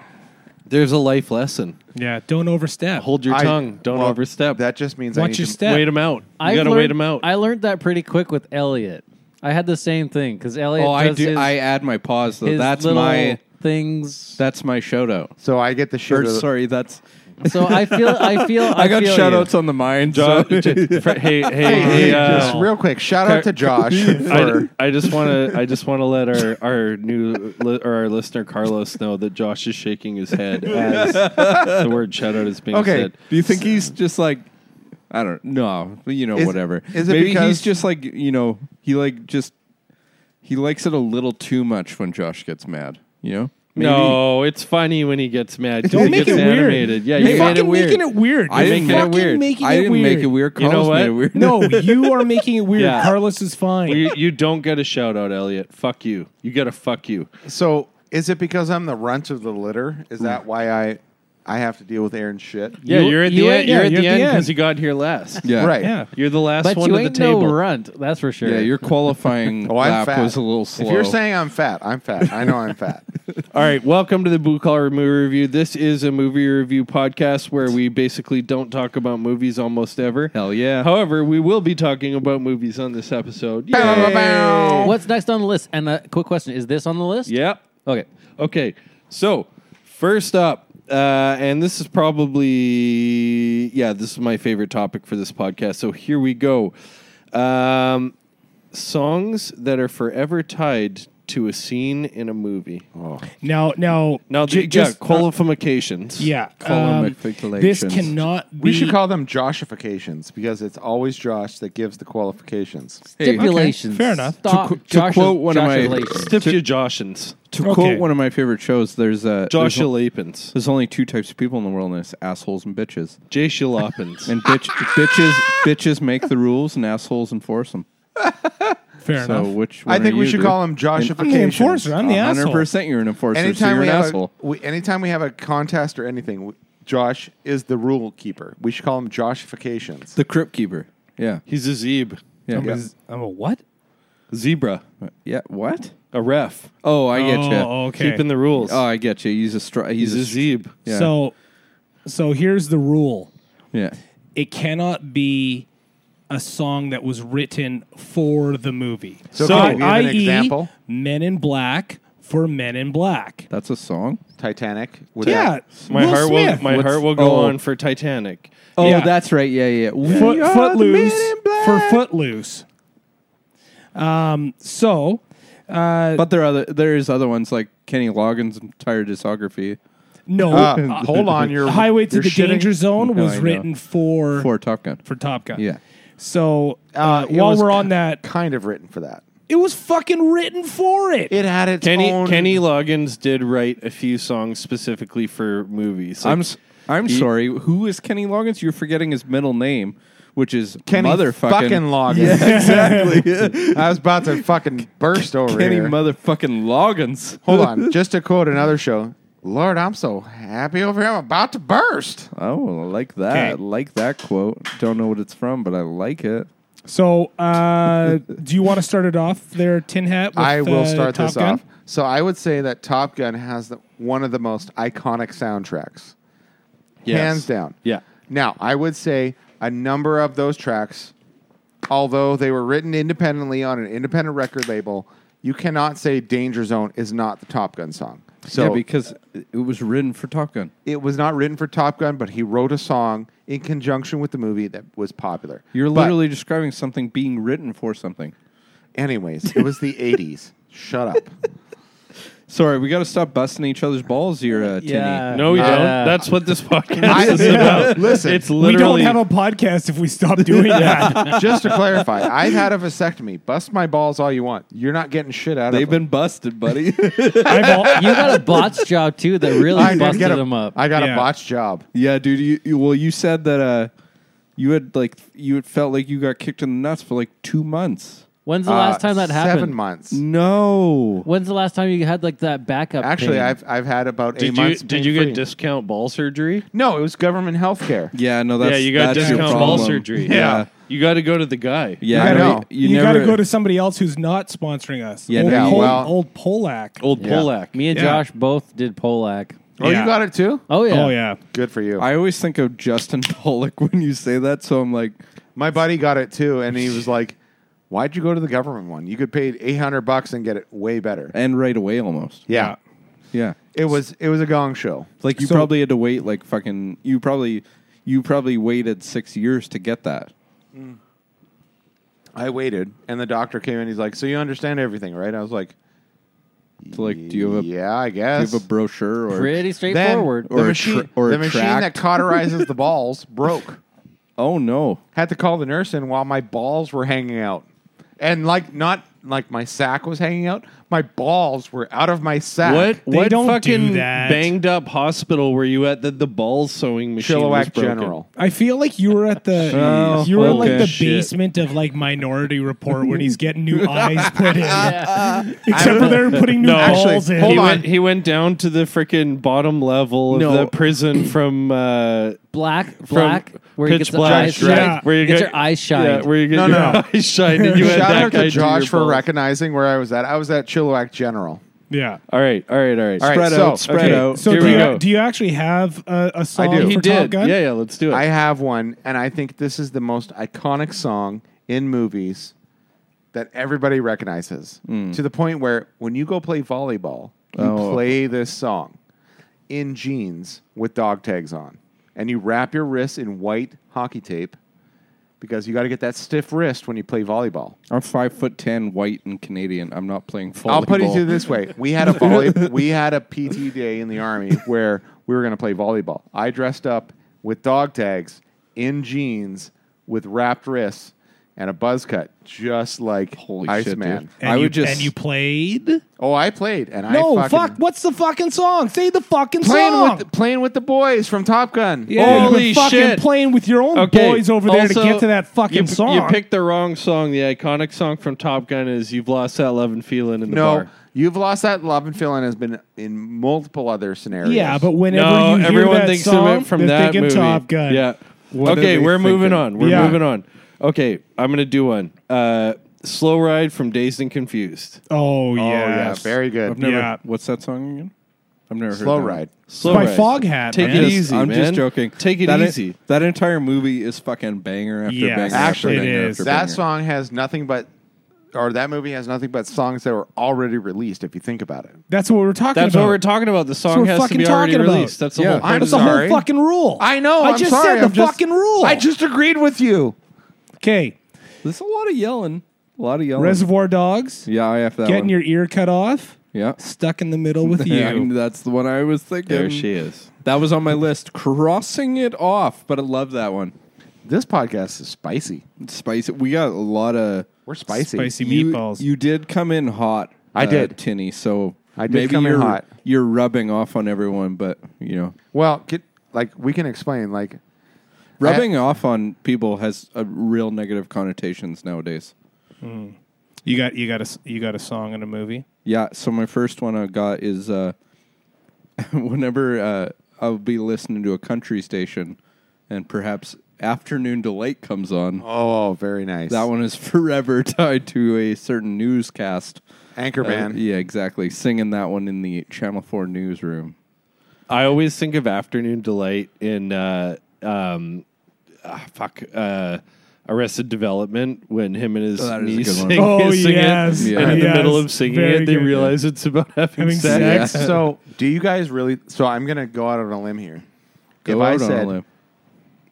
S3: There's a life lesson.
S5: Yeah. Don't overstep.
S3: Hold your
S2: I-
S3: tongue. Don't
S2: well,
S3: overstep.
S2: That just means I
S5: Watch
S2: need
S5: your
S2: to-
S5: step.
S3: Wait him out. You
S4: I've
S3: got to
S4: learned-
S3: wait him out.
S4: I learned that pretty quick with Elliot. I had the same thing because Elliot.
S1: Oh, I
S4: does
S1: do.
S4: His,
S1: I add my pause though.
S4: his
S1: That's
S4: little
S1: my
S4: things.
S1: that's my shoutout.
S2: So I get the shoot.
S1: Or,
S2: of the-
S1: sorry, that's
S4: so I feel. I feel. I,
S1: I, got
S4: feel
S1: shoutouts on the mind.
S3: Jo-
S1: So.
S3: j- fr- hey, hey,
S2: Hey,
S3: hey! uh,
S2: just real quick, shout out to Josh
S3: I,
S2: for
S3: I just want to I just want to let our our new li- or our listener Carlos know that Josh is shaking his head as the word shout out is being
S2: Okay.
S3: said.
S1: Do you think he's just like I don't know, you know,
S2: Is-
S1: whatever.
S2: is it
S1: Maybe
S2: because-
S1: he's just like you know, he like just he likes it a little too much when Josh gets mad. You know, Maybe.
S3: No, it's funny when he gets mad.
S5: Don't
S3: He
S5: make
S3: gets
S5: it weird.
S3: animated. Yeah,
S5: You're
S3: you made
S5: fucking
S3: it weird.
S5: making it weird.
S1: I
S5: You're
S1: didn't make it
S5: fucking
S1: weird.
S5: making
S1: I
S5: it
S1: didn't make it weird.
S3: You know
S1: Carlos made it
S3: what?
S1: weird.
S5: No, you are making it weird.
S3: Yeah.
S5: Carlos is fine.
S3: you, you don't get a shout out, Elliot. Fuck you. You get a fuck you.
S2: So is it because I'm the runt of the litter? Is that why I I have to deal with Aaron's shit?
S3: Yeah,
S4: You-
S3: you, are at
S4: you
S3: the
S4: ain't-
S3: end. You're
S5: yeah, you're
S3: at the
S5: at the
S3: end
S5: end.
S3: because you got here last.
S1: yeah,
S2: Right.
S5: yeah.
S3: You're the last
S4: But
S3: one
S4: you
S3: at the
S4: ain't
S3: table.
S4: no runt. That's for sure.
S1: Yeah, your qualifying
S2: Oh, I'm
S1: lap
S2: fat.
S1: was a little slow.
S2: If you're saying I'm fat, I'm fat. I know I'm fat.
S3: All right, welcome to the Blue Collar Movie Review. This is a movie review podcast where we basically don't talk about movies almost ever.
S1: Hell yeah.
S3: However, we will be talking about movies on this episode.
S2: Bow, bow, bow.
S4: What's next on the list? And a quick question: Is this on the list?
S3: Yep.
S4: Okay.
S3: Okay. So, first up, uh, and this is probably, yeah, this is my favorite topic for this podcast. So, here we go. Um, songs that are forever tied to a scene in a movie.
S1: Oh.
S5: Now, now,
S3: Now,
S5: j-
S3: the- yeah, qualifications.
S5: yeah. Um,
S1: Columbifications.
S5: this cannot. Be,
S2: We should call them Joshifications because it's always Josh that gives the qualifications.
S1: Hey,
S4: Stipulations.
S5: okay, fair enough. To
S4: Stop.
S1: qu- to
S4: Josh's-
S1: quote one of my-
S4: Joshulations.
S3: Stiff to Joshins.
S1: to
S5: Okay.
S1: quote one of my favorite shows, there's a
S3: Josh
S1: There's, o-
S3: Jalapins.
S1: there's only two types of people in the world, and it's assholes and bitches.
S3: Jay Shalapins.
S1: And bitch, bitches, bitches make the rules, and assholes enforce them.
S5: fair
S1: So
S5: enough.
S1: which
S2: I
S1: one
S2: think
S1: are
S2: we
S1: you,
S2: should
S1: dude?
S2: call them
S5: I'm the
S2: Joshifications.
S5: enforcer. I'm the asshole.
S1: percent, you're an enforcer. so
S2: Anytime
S1: you're
S2: we,
S1: an
S2: have a,
S1: asshole.
S2: we, anytime we have a contest or anything, we, Josh is the rule keeper. We should call them Joshifications.
S1: the crypt keeper. Yeah.
S3: He's a zeb.
S1: Yeah.
S2: Yeah.
S5: I'm a what?
S3: Zebra.
S1: Yeah, What?
S3: A ref.
S1: Oh, I get you.
S5: Oh, okay.
S3: Keeping the rules.
S1: Oh, I get you. He's a stri- he's,
S3: He's a
S1: a, stri-
S3: zeb.
S1: yeah.
S5: So, so here's the rule.
S1: yeah.
S5: It cannot be a song that was written for the movie.
S2: So,
S3: So,
S2: can we have an
S5: i.e.,
S2: example?
S5: Men in Black for Men in Black.
S1: That's a song.
S2: Titanic. Would
S5: Yeah,
S2: that-
S3: My
S5: Will
S3: heart
S5: Smith.
S3: will my
S1: What's-
S3: heart will go
S1: oh.
S3: on for Titanic.
S1: Oh,
S5: Yeah.
S1: that's right. Yeah, yeah. We
S5: Foot,
S1: are the men
S5: footloose
S1: in black.
S5: for Footloose. Um, so uh,
S1: But there are other there is other ones like Kenny Loggins' entire discography.
S5: No,
S2: Uh, hold on, you're
S5: Highway to
S2: you're
S5: the
S2: shitting-
S5: Danger Zone
S3: Oh,
S1: No,
S5: was
S1: I know.
S5: written for,
S1: for Top Gun.
S5: for Top Gun.
S1: Yeah.
S5: So uh,
S2: Uh, it
S5: while
S2: was
S5: we're
S2: ki-
S5: on that,
S2: kind of written for that.
S5: it was fucking written for it.
S2: It had its
S3: Kenny
S2: own.
S3: Kenny Loggins did write a few songs specifically for movies. Like,
S1: I'm s- I'm sorry. Who is Kenny Loggins? You're forgetting his middle name, which is
S2: Kenny
S1: motherfucking
S2: fucking Loggins.
S1: exactly.
S2: I was about to fucking burst over
S1: Kenny
S2: here.
S1: motherfucking Loggins.
S2: Hold on, just to quote another show. Lord, I'm so happy over here. I'm about to burst.
S1: Oh, I like that.
S5: Okay.
S1: Like that quote. Don't know what it's from, but I like it.
S5: so uh, do you want to start it off there, Tin Hat? With,
S2: I will
S5: uh,
S2: start
S5: Top
S2: this
S5: Gun?
S2: off. So I would say that Top Gun has the, one of the most iconic soundtracks,
S3: yes.
S2: hands down.
S3: Yeah.
S2: Now I would say a number of those tracks, although they were written independently on an independent record label, you cannot say "Danger Zone" is not the Top Gun song. So
S1: yeah, because it was written for Top Gun.
S2: it was not written for Top Gun, but he wrote a song in conjunction with the movie that was popular.
S1: You're
S2: But
S1: literally describing something being written for something.
S2: anyways, it was the '80s. Shut up.
S1: Sorry, we got to stop busting each other's balls here, uh, Tinny.
S4: Yeah.
S3: No, you
S4: Yeah.
S3: don't. That's what this podcast
S2: I-
S3: is about.
S2: Listen,
S3: it's
S5: We
S3: literally
S5: don't have a podcast if we stop doing that.
S2: Just to clarify, I've had a vasectomy. Bust my balls all you want. You're not getting shit out
S1: They've
S2: of them.
S1: been busted, buddy.
S5: I've al-
S4: you got a botch job too that really
S2: I did
S4: busted
S2: get a-
S4: him up.
S2: I got
S5: Yeah.
S2: a botched job.
S1: yeah, dude. You, you, well, you said that uh, you had like you had felt like you got kicked in the nuts for like two months.
S4: When's the
S2: Uh,
S4: last time that happened?
S2: Seven months.
S1: No,
S4: When's the last time you had like that backup?
S2: Actually,
S4: pain?
S2: I've I've had about eight
S3: Did you
S2: months.
S3: did you get
S2: pain-free.
S3: discount ball surgery?
S2: No, it was government health care.
S1: yeah, no. That's
S3: yeah, you got
S1: that's your
S3: discount ball
S1: problem.
S3: surgery.
S1: Yeah,
S3: You got to go to the guy.
S1: yeah.
S2: I
S1: no,
S2: know.
S1: You,
S5: you
S1: you
S5: got
S1: never
S5: to go to somebody else who's not sponsoring us.
S1: Yeah,
S5: old,
S1: no,
S5: Pol-
S2: well-
S5: old Polak.
S3: Old
S2: Yeah.
S3: Polak.
S4: Me and
S5: Yeah.
S4: Josh both did Polak.
S2: Oh,
S5: Yeah.
S2: you got it too.
S4: Oh yeah.
S5: Oh yeah.
S2: Good for you.
S1: I always think of Justin Pollock when you say that, so I'm like,
S2: My buddy got it too, and he was like, "Why'd you go to the government one? You could pay eight hundred bucks and get it way better."
S1: and right away almost.
S2: Yeah,
S1: Yeah,
S2: it was it was a gong show.
S1: It's like you
S5: So-
S1: probably had to wait like fucking. You probably you probably waited six years to get that.
S2: I waited, and the doctor came in. He's like, "So you understand everything, right?" I was like,
S1: So like, do you have a
S2: "Yeah, I
S1: do you
S2: guess."
S1: have a brochure or
S4: Pretty
S2: Then
S4: straightforward.
S2: the
S1: Or a
S2: machine,
S1: tra- or
S2: the
S1: a
S2: machine that
S1: tract.
S2: cauterizes the balls broke.
S1: Oh no!
S2: Had to call the nurse in while my balls were hanging out, and like not like my sack was hanging out, my balls were out of my sack.
S3: What
S5: They
S3: what
S5: don't do
S3: fucking
S5: that.
S3: banged up hospital were you at that the ball sewing machine was
S2: Chilliwack
S3: broken?
S2: General?
S5: I feel like you were at the
S1: Oh,
S5: you were at, like
S1: okay.
S5: the
S3: Shit.
S5: basement of like Minority Report when he's getting new eyes put in.
S4: Yeah.
S5: Except for they're putting new
S3: No,
S2: actually,
S5: balls in.
S2: hold
S3: he
S2: on.
S3: went he went down to the freaking bottom level of
S1: No.
S3: the prison from uh
S4: black,
S3: from
S4: black, where you
S3: pitch
S4: get your
S3: black
S4: eyes
S5: right?
S4: shined.
S3: where you
S4: Get
S3: get
S4: your eyes shined.
S3: Yeah, where you get
S2: No,
S3: your
S2: no.
S3: eyes shined and you had
S2: Shout
S3: that
S2: out
S3: guy
S2: to
S3: do
S2: Josh
S3: your
S2: for
S3: balls.
S2: recognizing where I was at. I was at Chilliwack General.
S5: Yeah.
S3: All right, all right, all right.
S2: All right,
S1: Spread
S2: so-
S1: out, spread
S3: okay.
S1: out.
S5: So
S3: Here
S5: do
S3: we
S5: you,
S3: go.
S5: do you actually have a, a song
S2: do.
S5: for
S3: he
S5: Top
S3: did.
S5: Gun?
S3: Yeah, yeah, let's do it.
S2: I have one, and I think this is the most iconic song in movies that everybody recognizes
S3: Hmm.
S2: to the point where when you go play volleyball, you
S1: Oh.
S2: play this song in jeans with dog tags on, and you wrap your wrists in white hockey tape because you got to get that stiff wrist when you play volleyball.
S1: I'm five foot ten, white and Canadian. I'm not playing volleyball.
S2: I'll put it to you this way: we had a volley, we had a PT day in the army where we were going to play volleyball. I dressed up with dog tags, in jeans, with wrapped wrists, and a buzz cut, just like
S1: Holy shit,
S2: Iceman.
S1: dude.
S5: And
S1: I
S5: you,
S1: would just-
S5: and you played.
S2: Oh, I played, and
S5: no,
S2: I fucking
S5: fuck. What's the fucking song? Say the fucking
S2: playing
S5: song.
S2: with the, playing with the boys from Top Gun. Oh,
S5: yeah,
S3: Holy
S5: you've been fucking
S3: shit.
S5: playing with your own boys over there to
S3: also,
S5: get to that fucking
S3: you,
S5: song.
S3: You picked the wrong song. The iconic song from Top Gun is "You've Lost That Love and Feeling" in the
S2: no,
S3: bar.
S2: you've lost that love and feeling has been in multiple other scenarios.
S5: yeah, but whenever
S3: no,
S5: you hear
S3: everyone
S5: that
S3: thinks
S5: song,
S3: of it from
S5: they're
S3: that
S5: thinking
S3: movie.
S5: Top Gun.
S3: Yeah.
S1: What are
S3: okay,
S1: they
S3: we're moving
S1: thinking?
S3: on. We're
S5: Yeah.
S3: moving on. Okay, I'm gonna do one. Uh, Slow ride from Dazed and Confused.
S5: Oh
S2: oh
S5: yeah.
S2: yeah, very good.
S1: I've never.
S5: Yeah.
S1: What's that song again? I've never heard
S2: Slow
S1: that.
S2: ride.
S3: Slow
S5: by
S3: ride.
S5: Foghat,
S3: Take
S5: man.
S3: it
S1: Just-
S3: easy.
S1: I'm
S3: man.
S1: just joking.
S3: Take it
S1: That i-
S3: easy.
S1: that entire movie is fucking banger after
S5: Yes.
S1: banger.
S2: Actually,
S1: after
S5: it
S1: banger
S5: is.
S1: After
S2: That
S1: banger.
S2: song has nothing but, or that movie has nothing but songs that were already released. If you think about it,
S5: That's what we're talking
S3: That's
S5: about.
S3: what we're talking about. The song
S5: we're
S3: has to
S5: fucking
S3: be already
S5: talking about.
S3: released. That's the
S1: Yeah.
S3: whole.
S2: I'm
S3: premise.
S5: That's the
S2: sorry.
S5: whole fucking rule.
S2: I know.
S5: I
S2: I'm
S5: just
S2: sorry.
S5: said the
S2: I'm just-
S5: fucking rule.
S2: I just agreed with you.
S5: okay.
S1: There's a lot of yelling. A lot of yelling.
S5: Reservoir Dogs.
S1: Oh. yeah, I have that
S5: Getting
S1: one.
S5: your ear cut off.
S1: Yeah.
S5: Stuck in the middle with
S1: And
S5: you.
S1: that's the one I was thinking.
S3: There she is.
S1: That was on my list. Crossing it off, but I love that one.
S2: This podcast is spicy.
S1: Spicy. We got a lot of
S2: We're spicy.
S5: Spicy
S1: you,
S5: meatballs.
S1: You did come in hot. uh,
S2: I did.
S1: Tinny. So
S2: I did come in
S1: you're,
S2: hot.
S1: You're rubbing off on everyone, but you know,
S2: Well, get, like we can explain. Like
S1: rubbing off on people has a real negative connotations nowadays.
S5: you got you got a s- you got a song in a movie.
S1: Yeah. So my first one I got is uh, whenever uh, I'll be listening to a country station, and perhaps afternoon delight comes on.
S2: oh, very nice.
S1: That one is forever tied to a certain newscast.
S2: anchor
S1: Uh,
S2: man.
S1: yeah, exactly. Singing that one in the Channel Four newsroom.
S3: I always think of Afternoon Delight in uh, um, ah, fuck uh, Arrested Development when him and his
S1: Oh, that is a
S3: niece
S1: good one.
S3: sing,
S5: Oh,
S3: sing
S5: yes.
S3: it,
S1: Yeah.
S3: and in the
S5: Yes.
S3: middle of singing
S5: Very
S3: it, they
S5: good.
S3: realize it's about having,
S5: Having
S3: sex.
S5: sex.
S2: So, do you guys really? So, I'm gonna go out on a limb here.
S1: Go
S2: if I
S1: out on a
S2: said,
S1: limb.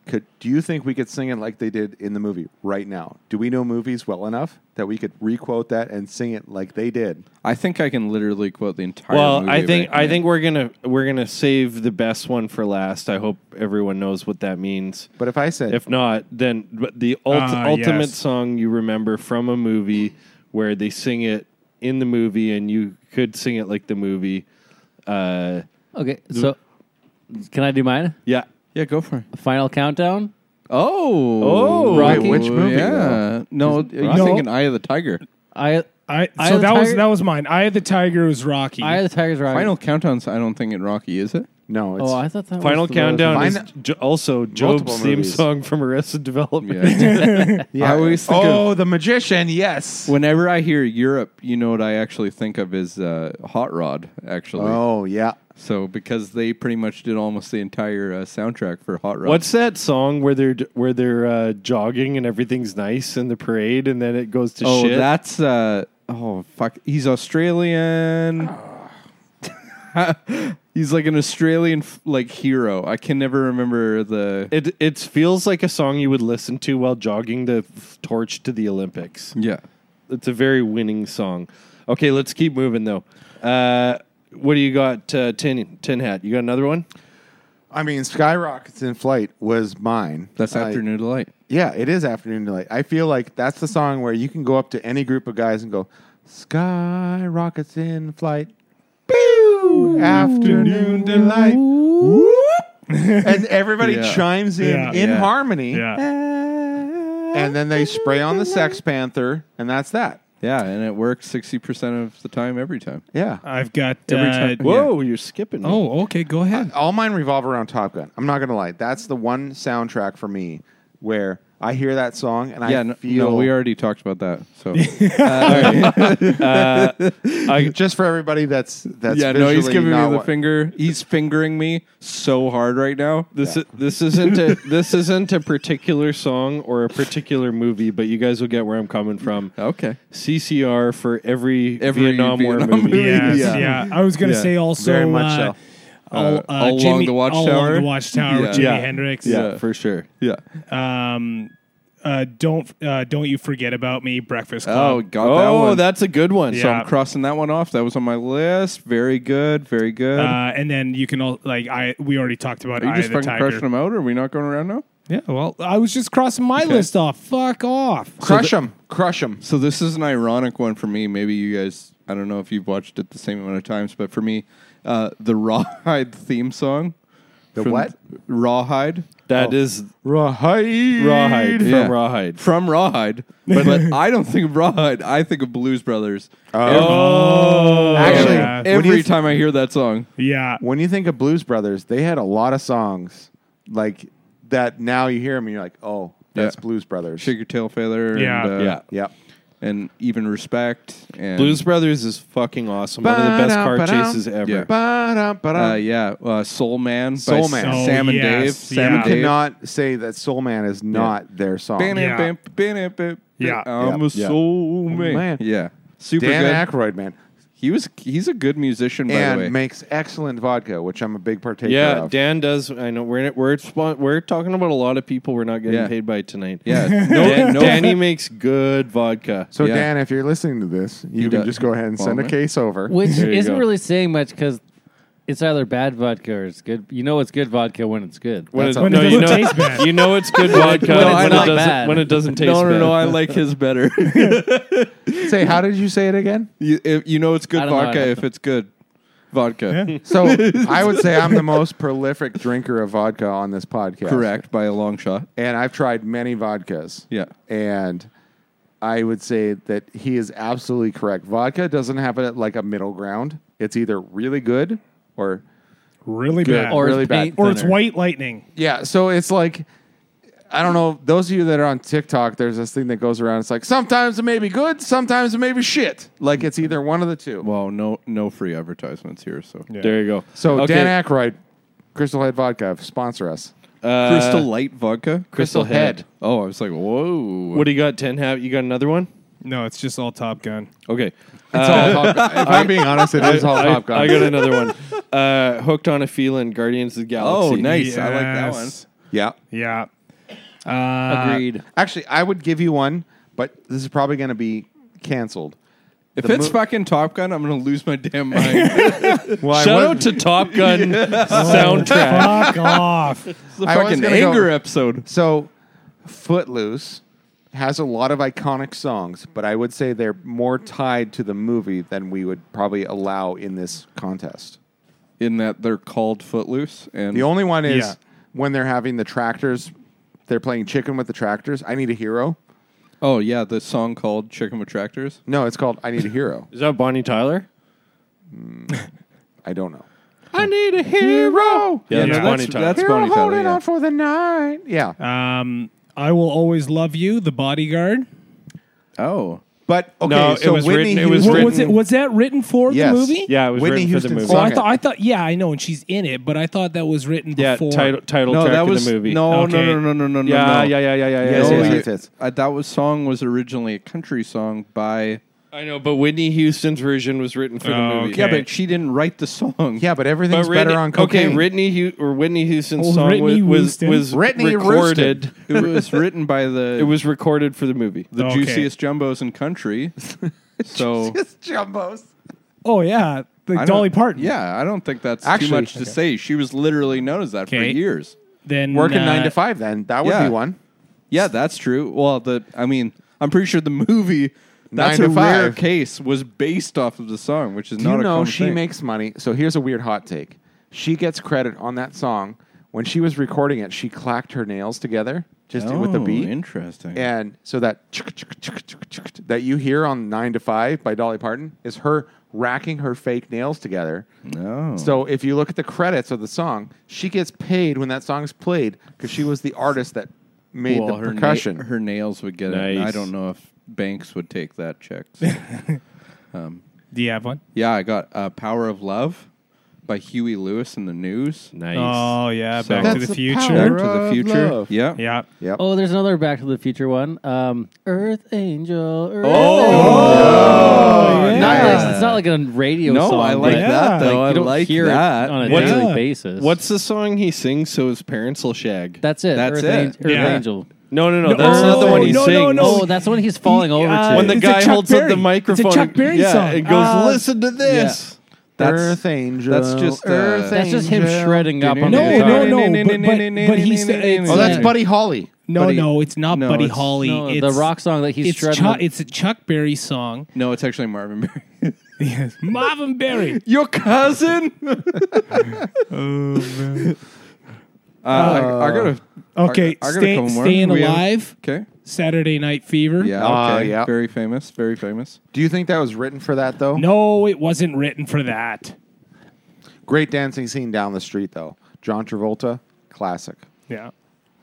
S2: could do you think we could sing it like they did in the movie right now? Do we know movies well enough that we could requote that and sing it like they did?
S1: I think I can literally quote the entire.
S3: Well,
S1: movie
S3: I think
S1: right
S3: I
S1: now.
S3: think we're gonna we're gonna save the best one for last. I hope everyone knows what that means.
S2: But if I said,
S3: If not, then but the ult-
S5: Ah,
S3: ultimate
S5: yes.
S3: song you remember from a movie where they sing it in the movie, and you could sing it like the movie. Uh,
S4: Okay, so can I do mine?
S3: yeah.
S1: Yeah, go for it.
S4: Final countdown.
S1: Oh,
S3: Oh,
S4: Rocky.
S1: Wait, which movie? Yeah, no, you're
S5: No.
S1: thinking Eye of the Tiger.
S4: I
S5: I
S4: Eye
S5: so
S4: of the
S5: that was
S4: Tiger-
S5: that was mine. Eye of the Tiger was Rocky.
S4: I the Tigers Rock.
S1: Final countdowns. I don't think in Rocky is it?
S2: no, it's,
S4: Oh, I thought that
S3: Final
S4: was the-
S3: Countdown
S2: Mine-
S3: is jo- also Job's theme
S2: movies.
S3: song from Arrested Development.
S1: Yeah.
S2: yeah.
S1: I always think
S2: oh, the magician, yes.
S1: Whenever I hear Europe, you know what I actually think of is uh, Hot Rod. Actually,
S2: Oh, yeah.
S1: so because they pretty much did almost the entire uh, soundtrack for Hot Rod.
S3: What's that song where they're where they're uh, jogging and everything's nice in the parade, and then it goes to
S1: Oh,
S3: shit?
S1: that's uh oh fuck. He's Australian. He's like an Australian f- like hero. I can never remember the
S3: It it feels like a song you would listen to while jogging the f- torch to the Olympics.
S1: yeah.
S3: It's a very winning song. Okay, let's keep moving though. Uh, what do you got, uh, tin tin hat? You got another one?
S2: I mean, skyrockets in flight was mine.
S1: That's
S2: I-
S1: Afternoon Delight.
S2: Yeah, it is afternoon delight. I feel like that's the song where you can go up to any group of guys and go, skyrockets in flight. Pew! Afternoon delight. Whoop. and everybody
S1: Yeah.
S2: chimes in
S5: Yeah.
S2: in
S1: Yeah.
S2: harmony.
S5: yeah.
S2: And then they spray on the Sex Panther, and that's that.
S1: Yeah, and it works sixty percent of the time every time.
S2: Yeah.
S5: I've got
S1: Every
S5: uh,
S1: time-
S3: Whoa, you're skipping. me.
S5: Oh, okay. Go ahead.
S2: all mine revolve around Top Gun. I'm not gonna lie. That's the one soundtrack for me where I hear that song and
S1: yeah,
S2: I
S1: no,
S2: feel
S1: no, we already talked about that. So
S2: I, just for everybody that's that's
S1: yeah, no, he's
S2: visually
S1: giving me
S2: not
S1: the
S2: what-
S1: finger. He's fingering me so hard right now.
S3: This i- this isn't a this isn't a particular song or a particular movie, but you guys will get where I'm coming from.
S1: Okay,
S3: CCR for every,
S1: Oh. Every
S3: Vietnam, War
S1: Vietnam
S3: movie.
S1: movie.
S5: Yes,
S1: Yeah.
S5: yeah. I was gonna
S1: Yeah.
S5: say also
S2: Very much
S5: uh,
S2: so.
S5: all, uh,
S1: All Along
S5: Jimi-
S1: the
S5: All
S1: Watchtower?
S5: along the Watchtower
S1: Yeah.
S5: with Jimi
S1: Yeah.
S5: Hendrix.
S3: Yeah,
S1: Yeah.
S3: for sure.
S1: yeah.
S5: Um, uh, don't uh, don't you forget about me? Breakfast
S1: Oh,
S5: Club.
S1: got that one.
S3: that's a good one.
S1: So
S5: Yeah.
S1: I'm crossing that one off. That was on my list. Very good. Very good.
S5: Uh, and then you can all like I we already talked about.
S1: Are you
S5: Eye
S1: just
S5: of the
S1: fucking
S5: Tiger.
S1: crushing them out? Or are we not going around now?
S5: Yeah, well, I was just crossing my list off. Fuck off.
S2: Crush them, crush them.
S1: So this is an ironic one for me. Maybe you guys, I don't know if you've watched it the same amount of times, but for me, uh, the Rawhide theme song.
S2: The
S1: from
S2: what?
S1: Rawhide.
S3: That
S1: Oh.
S3: is
S2: Rawhide,
S3: Rawhide from
S1: Yeah.
S3: Rawhide.
S1: From Rawhide. But, but I don't think of Rawhide. I think of Blues Brothers.
S2: Oh. Actually,
S5: yeah.
S1: Every,
S2: when you-
S1: time I hear that song.
S5: Yeah.
S2: when you think of Blues Brothers, they had a lot of songs like that. Now you hear them, and you're like, oh, that's
S1: Yeah.
S2: Blues Brothers.
S1: Shake Your Tail Feather.
S5: Yeah.
S1: And, uh,
S3: Yeah.
S2: Yep.
S1: And Even Respect. And
S3: Blues Brothers is fucking awesome. One of the best car
S2: Ba-dum, ba-dum.
S3: chases ever.
S1: Yeah.
S2: Ba-dum, ba-dum.
S1: Uh, yeah, uh, Soul Man. by
S2: Soul
S1: S-
S2: Man. Oh,
S1: Sam and Dave.
S5: yes,
S1: Sam
S5: yeah.
S1: and
S5: You
S1: Dave.
S2: Cannot say that Soul Man is not their song.
S1: Bam,
S5: Yeah.
S1: bam, bam, bam, bam, bam.
S5: Yeah.
S1: I'm
S2: Yeah.
S1: a soul man.
S2: Man.
S1: Yeah. Super
S2: Dan
S1: good.
S2: Aykroyd, man.
S1: He was he's a good musician by the way.
S2: and makes excellent vodka, which I'm a big partaker
S3: yeah,
S2: of.
S3: Dan does. I know we're we're spon- we're talking about a lot of people we're not getting
S1: Yeah.
S3: paid by tonight.
S1: yeah, no,
S3: Dan,
S1: no,
S3: Danny makes good vodka.
S2: so
S1: yeah.
S2: Dan, if you're listening to this, you can
S1: does.
S2: just go ahead and
S1: Well,
S2: send a
S1: man.
S2: case over.
S4: Which
S3: There you
S4: isn't
S3: go.
S4: really saying much because it's either bad vodka or it's good. You know it's good vodka when it's good.
S3: When
S2: That's
S3: it,
S2: all.
S5: When
S3: no,
S5: it
S3: you know,
S5: doesn't taste bad.
S3: you know it's good vodka
S1: No,
S3: when,
S1: I
S3: it
S1: like
S3: doesn't,
S4: bad.
S3: when it doesn't taste
S1: no, no,
S3: bad.
S1: no. I like his better.
S2: Say, how did you say it again?
S1: you, if, you know it's
S4: I
S1: good
S4: don't know.
S1: vodka if it's good vodka.
S2: So I would say I'm the most prolific drinker of vodka on this podcast.
S1: Correct by a long shot.
S2: And I've tried many vodkas.
S1: Yeah.
S2: And I would say that he is absolutely correct. Vodka doesn't have a, like a middle ground. It's either really good or
S5: Really bad.
S4: Or
S5: Or,
S2: really
S4: it's
S2: bad.
S4: paint
S2: Or
S5: it's
S4: thinner.
S5: white lightning.
S2: Yeah, so it's like I don't know. Those of you that are on TikTok, there's this thing that goes around. It's like sometimes it may be good, sometimes it may be shit. Like it's either one of the two.
S1: Well, no, no free advertisements here. So
S3: There you go.
S2: so
S3: Okay,
S2: Dan Aykroyd, Crystal Head Vodka, sponsor us.
S3: uh,
S1: Crystal Light vodka.
S3: Crystal Head.
S1: Oh, I was like, whoa.
S3: What do you got? Ten half. You got another one?
S5: No, it's just all Top Gun.
S3: Okay.
S2: It's all Top Gun. If I'm being honest, it is all
S3: I,
S2: Top Gun.
S3: I got another one. Uh, hooked on a feeling. Guardians of the Galaxy.
S1: oh, nice. I like that one.
S5: Yes.
S2: yeah.
S5: Yeah. Uh,
S4: Agreed.
S2: Actually, I would give you one, but this is probably going to be canceled.
S1: If
S2: The
S1: it's
S2: mo-
S1: fucking Top Gun, I'm gonna lose my damn mind.
S2: Well, I
S3: Shout
S2: would-
S3: out to Top Gun soundtrack.
S5: Fuck off.
S1: it's the
S2: I was
S1: fucking
S2: gonna go-
S1: anger episode.
S2: So, Footloose has a lot of iconic songs, but I would say they're more tied to the movie than we would probably allow in this contest.
S1: In that they're called Footloose, and
S2: The only one is
S5: Yeah.
S2: when they're having the tractors, they're playing chicken with the tractors. I need a hero.
S1: oh yeah, the song called Chicken with Tractors.
S2: No, it's called I Need a Hero.
S3: Is that Bonnie Tyler?
S2: I don't know.
S3: I need a hero. Yeah,
S5: Yeah.
S3: that's Bonnie
S1: That's-
S3: Tyler.
S1: that's- Hero Bonnie Tyler, holding yeah. on
S2: for the night. Yeah.
S3: Uh,
S5: Um, I will always love you. The bodyguard.
S1: Oh,
S2: But okay,
S3: No, it
S2: so
S3: was
S2: Whitney
S3: written- it was
S2: Houston-
S5: What,
S3: written-
S5: was it? Was that written for
S2: Yes.
S5: the movie?
S3: yeah, it was
S2: Whitney
S3: written for the
S2: Houston's
S3: movie.
S5: Oh, I
S2: Okay.
S5: thought. I thought. Yeah, I know, and she's in it, but I thought that was written
S3: yeah,
S5: before.
S3: title title
S1: no,
S3: track
S1: that was
S3: of the movie.
S1: no,
S5: Okay.
S1: no, no, no, no, no, no.
S3: yeah,
S1: no.
S3: yeah, yeah, yeah, yeah, yeah.
S2: Yes,
S1: No,
S3: yeah.
S2: yes,
S1: you-
S2: yes, yes.
S1: I, uh, that was song was originally a country song by.
S3: I know, but Whitney Houston's version was written for the
S5: Oh,
S3: movie.
S5: okay.
S1: Yeah, but she didn't write the song.
S2: Yeah, but
S3: But
S2: everything's
S3: Whitney-
S2: better on
S3: Okay,
S2: cocaine.
S3: Whitney Hu- or Whitney Houston's
S5: Old
S3: song
S5: Whitney
S3: was
S5: Houston.
S3: was, was
S2: Whitney
S3: recorded.
S1: it was written by the
S3: It was recorded for the movie.
S1: the
S5: Okay.
S1: juiciest jumbos in country. so
S2: Just jumbos.
S5: Oh yeah, the
S1: I don't-
S5: Dolly Parton.
S1: Yeah, I don't think that's
S2: Actually-
S1: too much to say. She was literally known as that for
S5: Okay.
S1: years.
S5: Then
S2: Working
S5: uh,
S2: nine to five, then that would
S1: yeah.
S2: be one.
S1: Yeah, that's true. Well, the I mean, I'm pretty sure the movie that's
S2: Nine to
S1: a rare
S2: Five.
S1: case was based off of the song, which is
S2: Do
S1: not
S2: you
S1: a
S2: know
S1: common
S2: she
S1: thing.
S2: makes money? So here's a weird hot take. She gets credit on that song. When she was recording it, she clacked her nails together just with the
S1: Oh,
S2: beat.
S1: Interesting.
S2: and so that chuk- chuk- chuk- chuk- chuk that you hear on 9 to 5 by Dolly Parton is her racking her fake nails together.
S1: No.
S2: So if you look at the credits of the song, she gets paid when that song's played because she was the artist that made
S1: well,
S2: the
S1: her, na-
S2: percussion.
S1: her nails would get it.
S3: Nice.
S1: I don't know if banks would take that check. so.
S5: Do you have one?
S1: yeah, I got uh, "Power of Love" by Huey Lewis in the News.
S3: Nice.
S5: Oh yeah,
S1: So-
S5: Back to
S2: That's the
S5: the
S1: Back
S5: Future.
S1: to the
S2: of
S1: future.
S2: Love.
S1: Yeah.
S5: Yeah.
S2: yep.
S4: Oh, there's another Back to the Future one. Um, Earth Angel. Earth
S5: Oh,
S4: Angel.
S5: yeah.
S4: Not like- it's not like a radio
S1: No,
S4: song.
S1: I like
S4: but
S1: that though.
S4: you
S1: I
S4: don't
S1: like
S4: hear
S1: that.
S4: it on a
S3: What's-
S4: daily
S5: Yeah.
S4: basis.
S3: What's the song he sings so his parents will shag?
S4: that's it?
S1: That's
S4: Earth,
S1: it.
S4: Angel, Earth
S5: Yeah.
S4: Angel.
S3: no, no, no.
S5: No,
S3: That's not the one he
S5: no, no,
S3: sings.
S5: no.
S4: Oh, that's when he's falling over
S5: Uh,
S4: to.
S3: When the
S5: It's a
S3: guy
S5: Chuck
S3: holds up
S5: Berry.
S3: the
S5: It's a
S3: microphone,
S5: Chuck Berry
S3: yeah,
S5: song.
S3: it goes,
S5: Uh,
S3: "Listen to this."
S1: That's
S2: Earth Angel.
S1: that's just, uh,
S2: Earth
S4: that's just him
S2: Angel.
S4: shredding up on
S5: No,
S4: the guitar.
S5: no, no, but- but- but he's- it's,
S2: Oh, that's
S4: Yeah.
S2: Buddy Holly.
S5: No,
S1: Buddy-
S5: no, it's not
S1: no,
S5: Buddy
S1: it's-
S5: Holly.
S4: No,
S5: it's
S4: the rock song that he's
S5: It's
S4: shredding.
S5: Chuck,
S4: up.
S5: it's a Chuck Berry song.
S1: No, it's actually Marvin Berry.
S5: Marvin Berry.
S1: Your cousin? Oh, Uh, I, I gotta. I,
S5: Okay,
S1: I gotta
S5: stay,
S1: couple more.
S5: staying
S1: We have-
S5: alive.
S1: okay.
S5: Saturday Night Fever.
S1: Uh, Yeah.
S2: Ah,
S1: okay.
S2: yeah.
S1: Very famous. Very famous.
S2: Do you think that was written for that though?
S5: No, it wasn't written for that.
S2: Great dancing scene down the street though. John Travolta, classic.
S5: Yeah.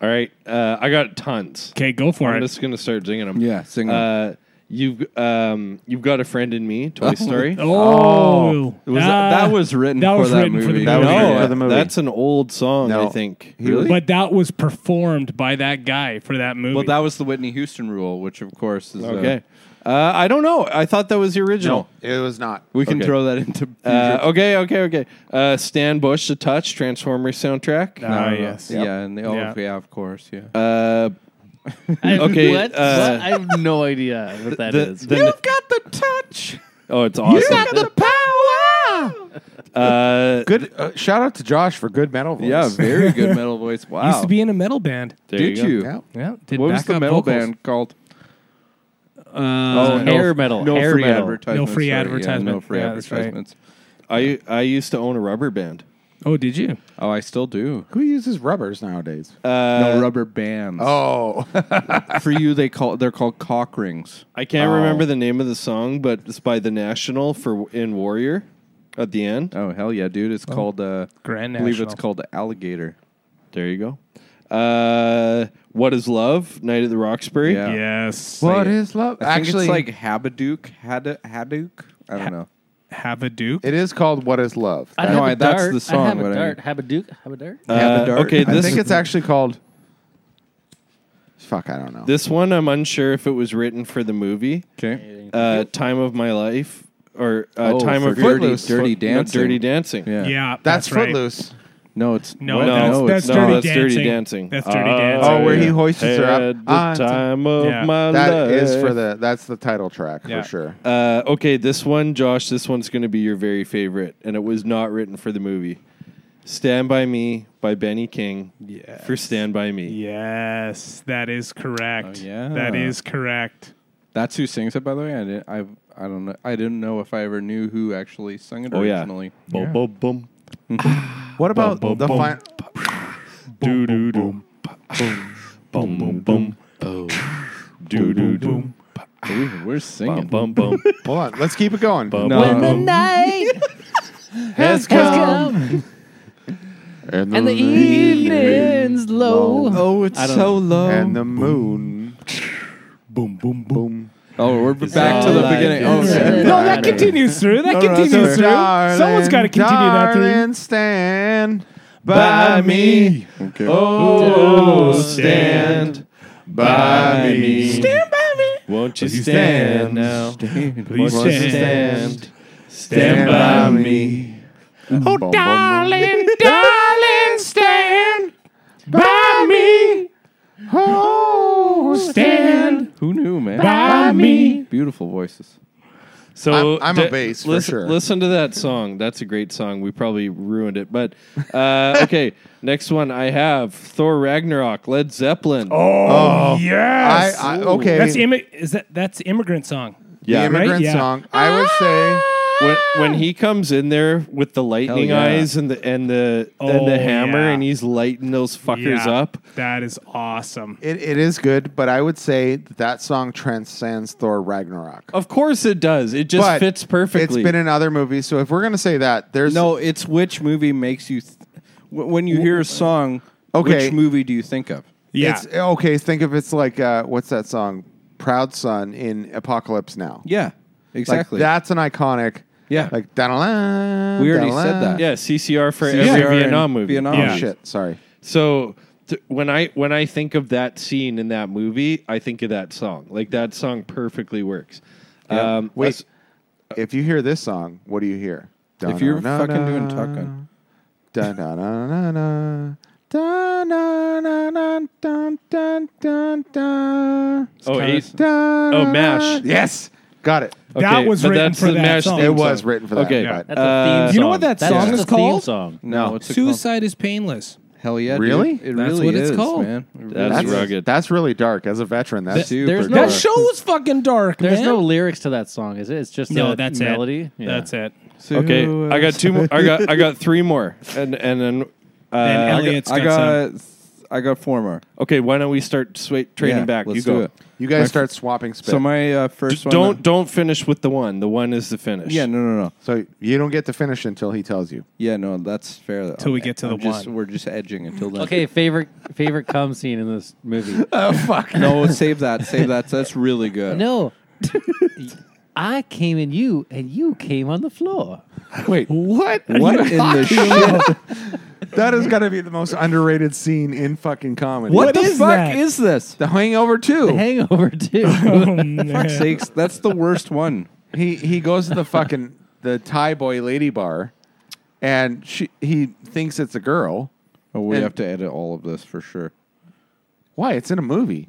S3: All right, uh, I got tons.
S5: Okay, go for
S3: I'm
S5: it.
S3: just gonna start singing them.
S1: Yeah. Sing uh,
S3: Uh, you've um, you've got a friend in me. Toy Story.
S5: Oh,
S1: was
S5: Ah.
S1: that was written
S5: Oh, that
S1: for
S5: was
S1: that
S5: written for the
S1: movie.
S5: movie.
S1: That was
S3: no,
S1: written
S2: for the movie.
S3: that's an old song.
S2: No.
S3: I think.
S2: He- Really?
S5: But that was performed by that guy for that movie.
S1: Well, that was the Whitney Houston rule, which of course is uh,
S3: Okay. Uh, I don't know. I thought that was the original.
S2: It was not.
S1: We can
S3: Okay.
S1: throw that into.
S3: Uh,
S1: future-
S3: okay, okay, okay. Uh, Stan Bush, The Touch, Transformers soundtrack.
S1: Uh,
S5: Ah, yes.
S1: Yeah, and they, oh, yeah.
S5: Yeah.
S1: of course, yeah.
S3: Uh,
S4: I-
S3: Okay,
S4: What? What?
S3: uh,
S4: I have no idea what that is.
S3: You've
S1: got the touch.
S3: oh, it's awesome.
S1: power.
S3: uh,
S2: Good. Uh, shout out to Josh for good metal voice.
S1: Yeah, very good metal voice. Wow.
S5: Used to be in a metal band.
S3: there
S1: Did
S3: go.
S1: you?
S2: Yeah.
S5: Yeah. Did
S1: What was the
S5: backup
S1: metal
S5: vocals.
S1: band called?
S5: Uh,
S4: Oh, no. hair metal,
S1: No
S4: hair
S1: free
S4: metal.
S1: advertisements.
S5: No free
S1: sorry, Yeah, no
S5: advertisement.
S1: free
S5: Yeah, that's right.
S1: advertisements.
S3: I I used to own a rubber band.
S5: Oh, did you?
S1: Oh, I still do.
S2: Who uses rubbers nowadays?
S5: Uh,
S1: no rubber bands.
S2: oh,
S1: for you, they call they're called cock rings.
S3: I can't remember the name of the song, but it's by The National for in Warrior at the end.
S1: Oh hell yeah, dude! It's called. Uh,
S5: Grand
S1: I believe it's
S5: National.
S1: called alligator.
S3: There you go. Uh, what is love? Night at the Roxbury.
S1: Yeah.
S5: Yes.
S2: what
S1: it.
S2: is love?
S1: I
S2: Actually,
S1: think it's like Habaduke. Had- Hadouk. I don't know.
S5: Have a Duke.
S2: it is called "What Is Love."
S4: I
S1: No,
S4: have a
S1: I- that's
S4: dart.
S1: the song,
S4: I have
S1: what
S4: a
S1: I-
S4: dart. Have a duke. Have a dart.
S3: Uh,
S1: Haberdart.
S3: okay,
S2: I
S3: this
S2: think it's actually called. Fuck, I don't know.
S3: this one I'm unsure if it was written for the movie.
S1: Okay.
S3: Uh, Time of My Life or uh,
S1: Oh,
S3: Time
S1: for
S3: of Your
S1: Footloose.
S3: Fo-
S1: Dirty
S3: no,
S1: Dancing.
S3: Dirty Dancing.
S1: Yeah.
S5: yeah.
S2: that's,
S5: right.
S2: Footloose.
S1: No, it's
S5: No,
S1: what?
S5: that's,
S1: no,
S5: that's,
S1: it's
S5: dirty
S1: not.
S3: No, that's Dirty Dancing.
S5: That's dirty
S3: Oh,
S5: dancing.
S2: Oh, where
S5: yeah.
S2: he hoists her up.
S3: At the
S2: Ah, it's a-
S3: time of
S5: Yeah.
S3: my
S2: That is
S3: life.
S2: for the. That's the title track
S5: Yeah.
S2: for sure.
S3: Uh, okay, this one, Josh, this one's going to be your very favorite, and it was not written for the movie. Stand By Me by Benny King
S5: Yes.
S3: for Stand By Me.
S5: Yes, that is correct.
S1: Oh, yeah.
S5: That is correct.
S1: That's who sings it, by the way. I didn't. I, I don't know. I didn't know if I ever knew who actually sung it
S3: Oh, yeah.
S1: originally.
S3: Boom, boom, boom.
S2: What about the final?
S3: Do, do, do. Boom, boom, boom. Do, do, do.
S1: Ooh, we're singing.
S3: Bum, bum, bum.
S2: Hold on, let's keep it going.
S3: bum,
S1: No.
S3: bum, bum.
S4: night
S3: Has come.
S2: And the,
S4: evening's low.
S1: Oh, it's
S4: I don't
S1: so low.
S2: and the moon.
S5: Boom, boom, boom.
S2: Boom.
S1: oh, we're back to
S3: all
S1: the
S3: like
S1: beginning.
S3: it.
S1: Oh, okay.
S5: No, that continues through. That
S1: no, that's
S5: continues
S1: all
S5: through. Someone's got to continue that through.
S2: Darling, stand
S3: By me.
S1: Okay.
S3: Oh, stand by me. Stand by me. Won't you stand now?
S1: Oh,
S5: Please
S3: Won't you
S5: stand.
S3: stand? Stand by me.
S2: Oh, darling, darling, stand by me. Oh,
S5: Stand
S1: Who knew, man?
S5: by me.
S1: Beautiful voices.
S3: So
S2: I'm- I'm a
S3: da-
S2: bass for
S3: listen,
S2: sure.
S3: Listen to that song. That's a great song. We probably ruined it, but uh, okay. Next one I have Thor Ragnarok, Led Zeppelin. Oh,
S5: Oh,
S2: I,
S5: yes.
S2: I, okay.
S5: that's immi- is that that's immigrant song.
S2: the
S3: yeah.
S2: immigrant
S5: right? Yeah.
S2: song. I would say.
S1: Ah.
S3: When, when he comes in there with the lightning
S1: yeah.
S3: eyes and the and the and
S5: Oh,
S3: the hammer,
S5: yeah.
S3: and he's lighting those fuckers
S5: Yeah,
S3: up.
S5: That is awesome.
S2: It, it is good, but I would say that, that song transcends Thor Ragnarok.
S1: Oh,
S3: Of course it does. It just
S2: But
S3: fits perfectly.
S2: It's been in other movies, so if we're gonna say that, there's
S1: No, it's which movie makes you. Th- wh- when you hear a song,
S2: Okay.
S1: which movie do you think of?
S5: Yeah.
S2: It's, okay, think of it's like uh, what's that song? Proud Son in Apocalypse Now.
S1: Yeah,
S2: Like,
S1: exactly.
S2: that's an iconic.
S1: Yeah.
S2: Like da-da-la,
S1: We already
S2: da-da-la.
S1: said that.
S3: yeah, CCR for
S1: CCR
S3: every
S1: and
S3: Vietnam movie.
S1: Vietnam.
S2: Oh
S5: Yeah.
S2: shit! Sorry.
S3: So th- when I when I think of that scene in that movie, I think of that song. Like that song perfectly works. Um,
S2: Wait.
S3: let's-
S2: If you hear this song, what do you hear?
S1: If you're
S2: Da-na-na-na,
S1: fucking doing tucking.
S2: da-na-na-na-na, da-na-na-na, dun, dun, dun, dun.
S3: oh,
S1: kinda-
S3: eight-
S2: Oh,
S3: MAsh.
S2: Yes, got it.
S5: that
S3: okay,
S5: was
S3: but
S5: written
S3: that's
S5: for
S3: the
S5: that
S3: MASH
S5: song.
S3: theme
S2: It was
S3: song.
S2: written for that.
S3: Okay.
S2: but-
S4: That's a
S1: Uh,
S4: theme
S5: You know
S4: song.
S5: what that
S4: That's
S5: song
S4: just
S5: is
S4: a theme
S5: called?
S4: song.
S1: no, it's a
S5: Suicide is painless.
S1: called- Hell yeah, dude.
S2: Really?
S1: It
S5: That's
S1: really
S5: what it's
S1: is,
S5: called.
S1: man. It really
S3: That's
S1: is.
S3: rugged.
S2: That's really dark. As a veteran, that's
S1: Super
S4: there's no-
S1: dark.
S5: That show was fucking dark,
S4: There's
S5: man.
S4: no lyrics to that song, is it? It's just
S5: no,
S4: a
S5: that's
S4: melody.
S5: it. That's it.
S3: Okay,
S1: Suicide.
S3: I got two. More, I got I got three more, and and then. Uh,
S5: And
S3: I got-
S5: Elliot's
S1: I
S5: got
S1: got, I got four more.
S3: okay, why don't we start swa- trading
S1: Yeah,
S3: back?
S1: let's
S3: You go.
S1: do it.
S2: you guys start swapping spit.
S1: So
S2: So,
S1: my uh, first
S3: D-
S1: one.
S3: Don't don't finish with the one. The one is the finish.
S1: Yeah, no, no, no.
S2: you don't get to finish until he tells you.
S1: Yeah, no, that's fair. Till
S5: we get to the
S1: just,
S5: one.
S1: We're just edging until then.
S4: Okay, favorite favorite cum scene in this movie.
S1: Oh fuck. No, save that. Save that. That's really good.
S4: No. I came in you and you came on the floor.
S1: Wait.
S5: What?
S1: What in the shit?
S2: That is gotta be the most underrated scene in fucking comedy.
S5: What
S1: the
S5: is
S1: fuck
S5: that?
S1: is this?
S2: The Hangover Two.
S4: Hangover too.
S5: Oh, man.
S1: Sakes, that's the worst one.
S2: he he goes to the fucking the Thai boy lady bar, and she he thinks it's a girl.
S1: Oh, we
S2: And-
S1: have to edit all of this for sure.
S2: Why? It's in a movie.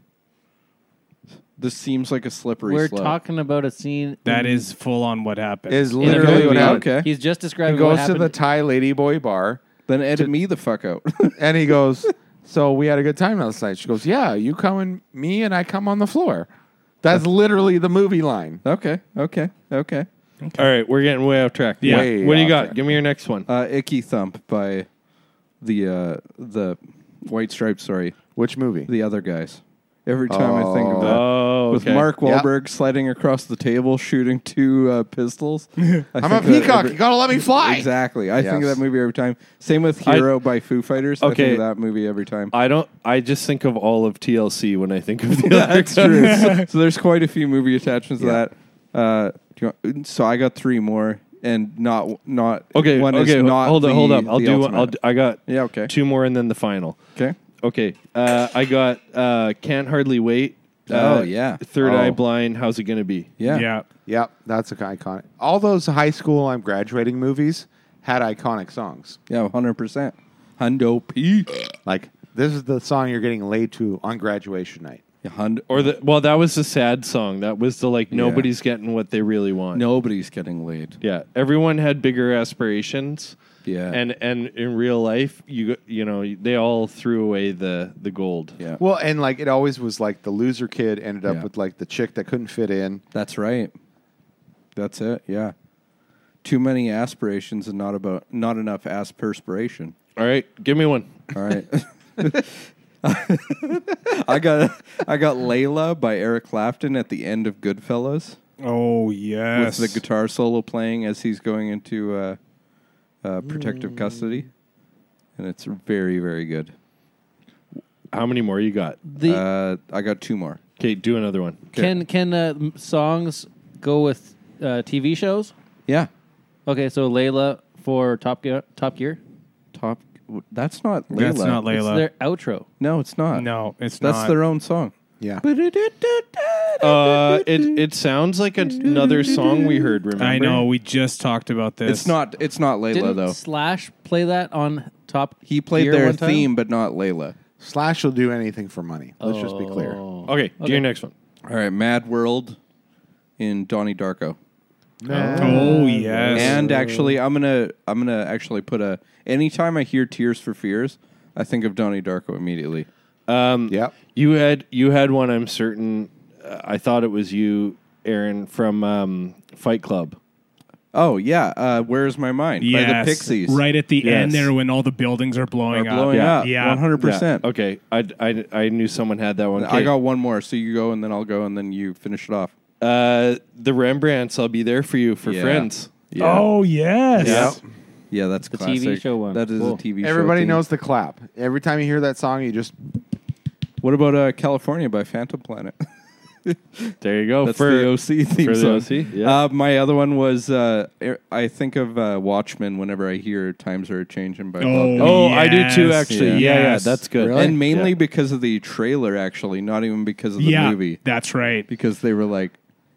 S1: This seems like a slippery
S4: We're
S1: slope.
S4: talking about a scene.
S5: That
S1: Mm.
S4: in-
S5: is full on what happened.
S2: Is
S4: in a
S2: literally
S4: movie.
S2: what happened.
S1: Okay.
S4: He's just
S2: He
S4: describing. what
S2: goes to the
S4: happened.
S2: Thai lady boy bar,
S1: Then edit me the fuck out.
S2: and he goes. So we had a good time last night. She goes, "Yeah, you come and me and I come on the floor." That's literally the movie line.
S1: okay, okay, okay.
S3: All right, we're getting way off track.
S5: Yeah.
S3: What-
S2: Way
S3: what do you
S2: off
S3: got?
S2: track.
S3: Give me your next one.
S1: Uh, Icky Thump by the uh, the White Stripes. Sorry,
S2: Which movie?
S1: the other guys. Every time I think of that,
S3: oh,
S1: with
S3: okay.
S1: Mark
S2: Yeah.
S1: Wahlberg sliding across the table, shooting two uh, pistols. I'm
S2: I'm a peacock. you gotta let me fly.
S1: Exactly. I think of
S2: Yes.
S1: that movie every time. Same with
S3: I-
S1: Hero by Foo Fighters. I
S3: Okay.
S1: think of that movie every time.
S3: I don't. I just think of all of TLC when I think of the other
S1: That's true. so, so there's quite a few movie attachments to that. Uh, do you want, so I got three more, and not not
S3: Okay.
S1: One
S3: okay.
S1: is not
S3: hold up.
S1: the-
S3: Hold up. I'll
S1: the
S3: do.
S1: ultimate.
S3: I'll. Do, I got.
S1: Yeah, okay.
S3: Two more and then the final.
S1: okay.
S3: Okay. Uh, I got. Uh, Can't hardly wait. Uh,
S1: Oh, yeah.
S3: Third
S2: Oh.
S3: eye blind. How's it gonna be?
S1: Yeah.
S5: yeah.
S2: Yep, that's a iconic. All those high school I'm graduating movies had iconic songs.
S1: Yeah. Hundred percent. Hundo P.
S2: Like this is the song you're getting laid to on graduation night.
S1: Hundo.
S3: Or the well, that was the sad song. That was the like nobody's getting what they really want.
S1: Nobody's getting laid.
S3: Yeah, everyone had bigger aspirations.
S1: Yeah.
S3: and and in real life, you you know they all threw away the the gold.
S1: Yeah.
S2: Well, and like it always was like the loser kid ended up
S1: Yeah.
S2: with like the chick that couldn't fit in.
S1: That's right. That's it. Yeah. Too many aspirations and not about not enough ass perspiration.
S3: All right, give me one.
S1: All right. I got I got Layla by Eric Clapton at the end of Goodfellas
S5: Oh yes.
S1: with the guitar solo playing as he's going into uh, uh, protective
S4: Mm.
S1: custody, and it's very very good.
S3: How many more you got?
S4: The
S1: Uh, I got two more.
S3: Okay, do another one.
S4: can can uh, m- songs go with uh, TV shows?
S1: Yeah,
S4: Okay, so Layla for Top Gear. Top Gear.
S1: top. That's not Layla.
S5: That's not
S4: It's
S5: Layla.
S4: their outro.
S1: No, it's not.
S5: No, it's
S1: that's
S5: not.
S1: their own song.
S2: Yeah.
S3: Uh, it it sounds like another song we heard. Remember?
S5: I know. We just talked about this.
S1: It's not. It's not Layla
S4: Didn't
S1: though.
S4: Slash play that on Top?
S1: He played
S4: Gear
S1: their
S4: one time?
S1: theme, but not Layla.
S2: Slash will do anything for money. Let's just be clear.
S4: Oh.
S3: Okay, do your next one.
S1: All right, Mad World in Donnie Darko.
S5: Oh yes.
S1: And actually, I'm gonna I'm gonna actually put a. Anytime I hear Tears for Fears, I think of Donnie Darko immediately.
S2: Yep.
S3: You had you had one. I'm certain. Uh, I thought it was you, Aaron, from um, Fight Club.
S1: Oh yeah, uh, where's my mind by the
S5: Yes.
S1: Pixies?
S5: Right at the
S3: Yes.
S5: end there when all the buildings are
S1: Are
S5: blowing,
S1: blowing
S5: up.
S1: up.
S5: Yeah.
S1: one hundred percent.
S3: Yeah, Okay, I, I, I knew someone had that one.
S1: I got one more, so you go and then I'll go and then you finish it off.
S3: uh, the Rembrandts. I'll be there for you for
S1: Yeah.
S3: friends.
S1: Yeah,
S5: Oh yes.
S2: Yep.
S1: yeah, that's the
S4: TV show one.
S1: That is
S4: Cool.
S1: a TV. show
S2: Everybody
S1: theme.
S2: knows the clap. Every time you hear that song, you just
S1: What about uh, California by Phantom Planet?
S3: There you go.
S1: That's
S3: for
S1: the OC theme
S3: for the
S1: song.
S3: OC, yeah.
S1: Uh, my other one was uh, er- I think of uh, Watchmen whenever I hear "Times Are Changing" by Bob Dylan.
S3: Oh, I do too.
S5: Yes.
S3: Actually, yeah,
S5: Yes.
S3: yeah, that's good.
S1: and mainly
S3: Yeah.
S1: because of the trailer, actually, not even because of the
S5: Yeah.
S1: movie,
S5: That's right.
S1: because they were like,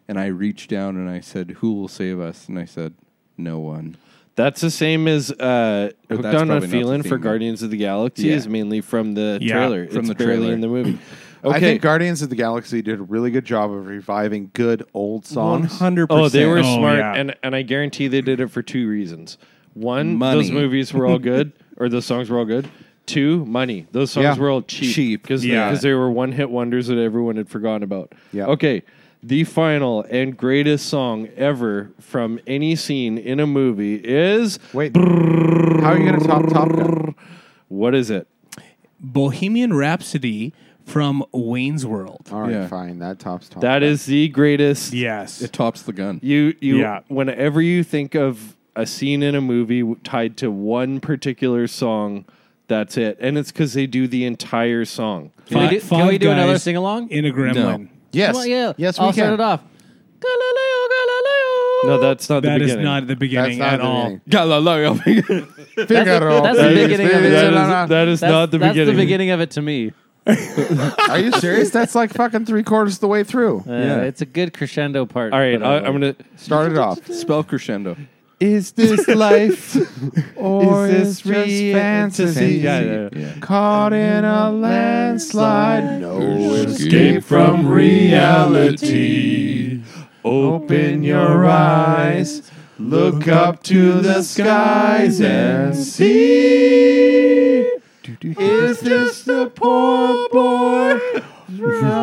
S1: and I reached down and I said, "Who will save us?" And I said, "No one."
S3: that's the same as uh, hooked
S1: that's
S3: on
S1: probably
S3: a
S1: not the
S3: feeling
S1: theme,
S3: for
S1: though.
S3: Guardians of the Galaxy
S1: Yeah.
S3: is mainly from the
S5: Yeah,
S3: trailer.
S1: from
S3: it's
S1: the
S3: barely
S1: trailer.
S3: in the movie.
S2: I
S3: Okay.
S2: think Guardians of the Galaxy did a really good job of reviving good old
S1: One
S2: songs.
S1: hundred percent.
S3: oh, they were
S5: Oh,
S3: smart,
S5: yeah.
S3: and and I guarantee they did it for two reasons. One, those
S1: Money.
S3: movies were all good, or those songs were all good. Two, money. Those songs
S2: Yeah.
S3: were all cheap,
S1: Cheap.
S3: because
S5: Yeah.
S3: they were one hit wonders that everyone had forgotten about.
S2: Yeah.
S3: Okay. The final and greatest song ever from any scene in a movie is
S2: Wait, how are you going to top Top Gun?
S3: what is it?
S5: Bohemian Rhapsody from Wayne's World.
S2: All right,
S1: Yeah.
S2: fine. That tops Top
S3: That is the greatest.
S5: Yes.
S1: It tops the gun.
S3: You you
S5: Yeah.
S3: whenever you think of a scene in a movie w- tied to one particular song, that's it. And it's cuz they do the entire song.
S4: Can we do,
S5: Five
S4: can we do another
S5: guys
S4: sing along?
S5: in a gremlin.
S2: Yes.
S4: Come on, yeah.
S2: Yes, we
S4: I'll
S2: can.
S4: set it off. Galileo, Galileo.
S3: No, that's not the
S5: That is
S3: beginning.
S5: not the beginning
S2: not
S5: at
S2: the
S5: all.
S2: beginning.
S3: Galileo. that is,
S2: Figaro.
S4: that's the
S2: That is-
S4: beginning of
S2: that
S4: it.
S2: is-
S4: That
S3: that is
S4: That's-
S3: not the
S4: that's
S3: beginning.
S4: the beginning of it to me.
S2: Are you serious? That's like fucking three quarters of the way through.
S4: Uh,
S1: Yeah.
S4: It's a good crescendo part.
S3: All right,
S4: but
S3: I,
S4: like-
S3: I'm gonna.
S2: Start it off.
S1: Spell crescendo.
S2: Is this life or
S3: is just fantasy? Yeah, yeah,
S2: Caught in a landslide, no escape
S3: from
S2: reality. Open your eyes, look up to the skies and see. Is this the poor boy?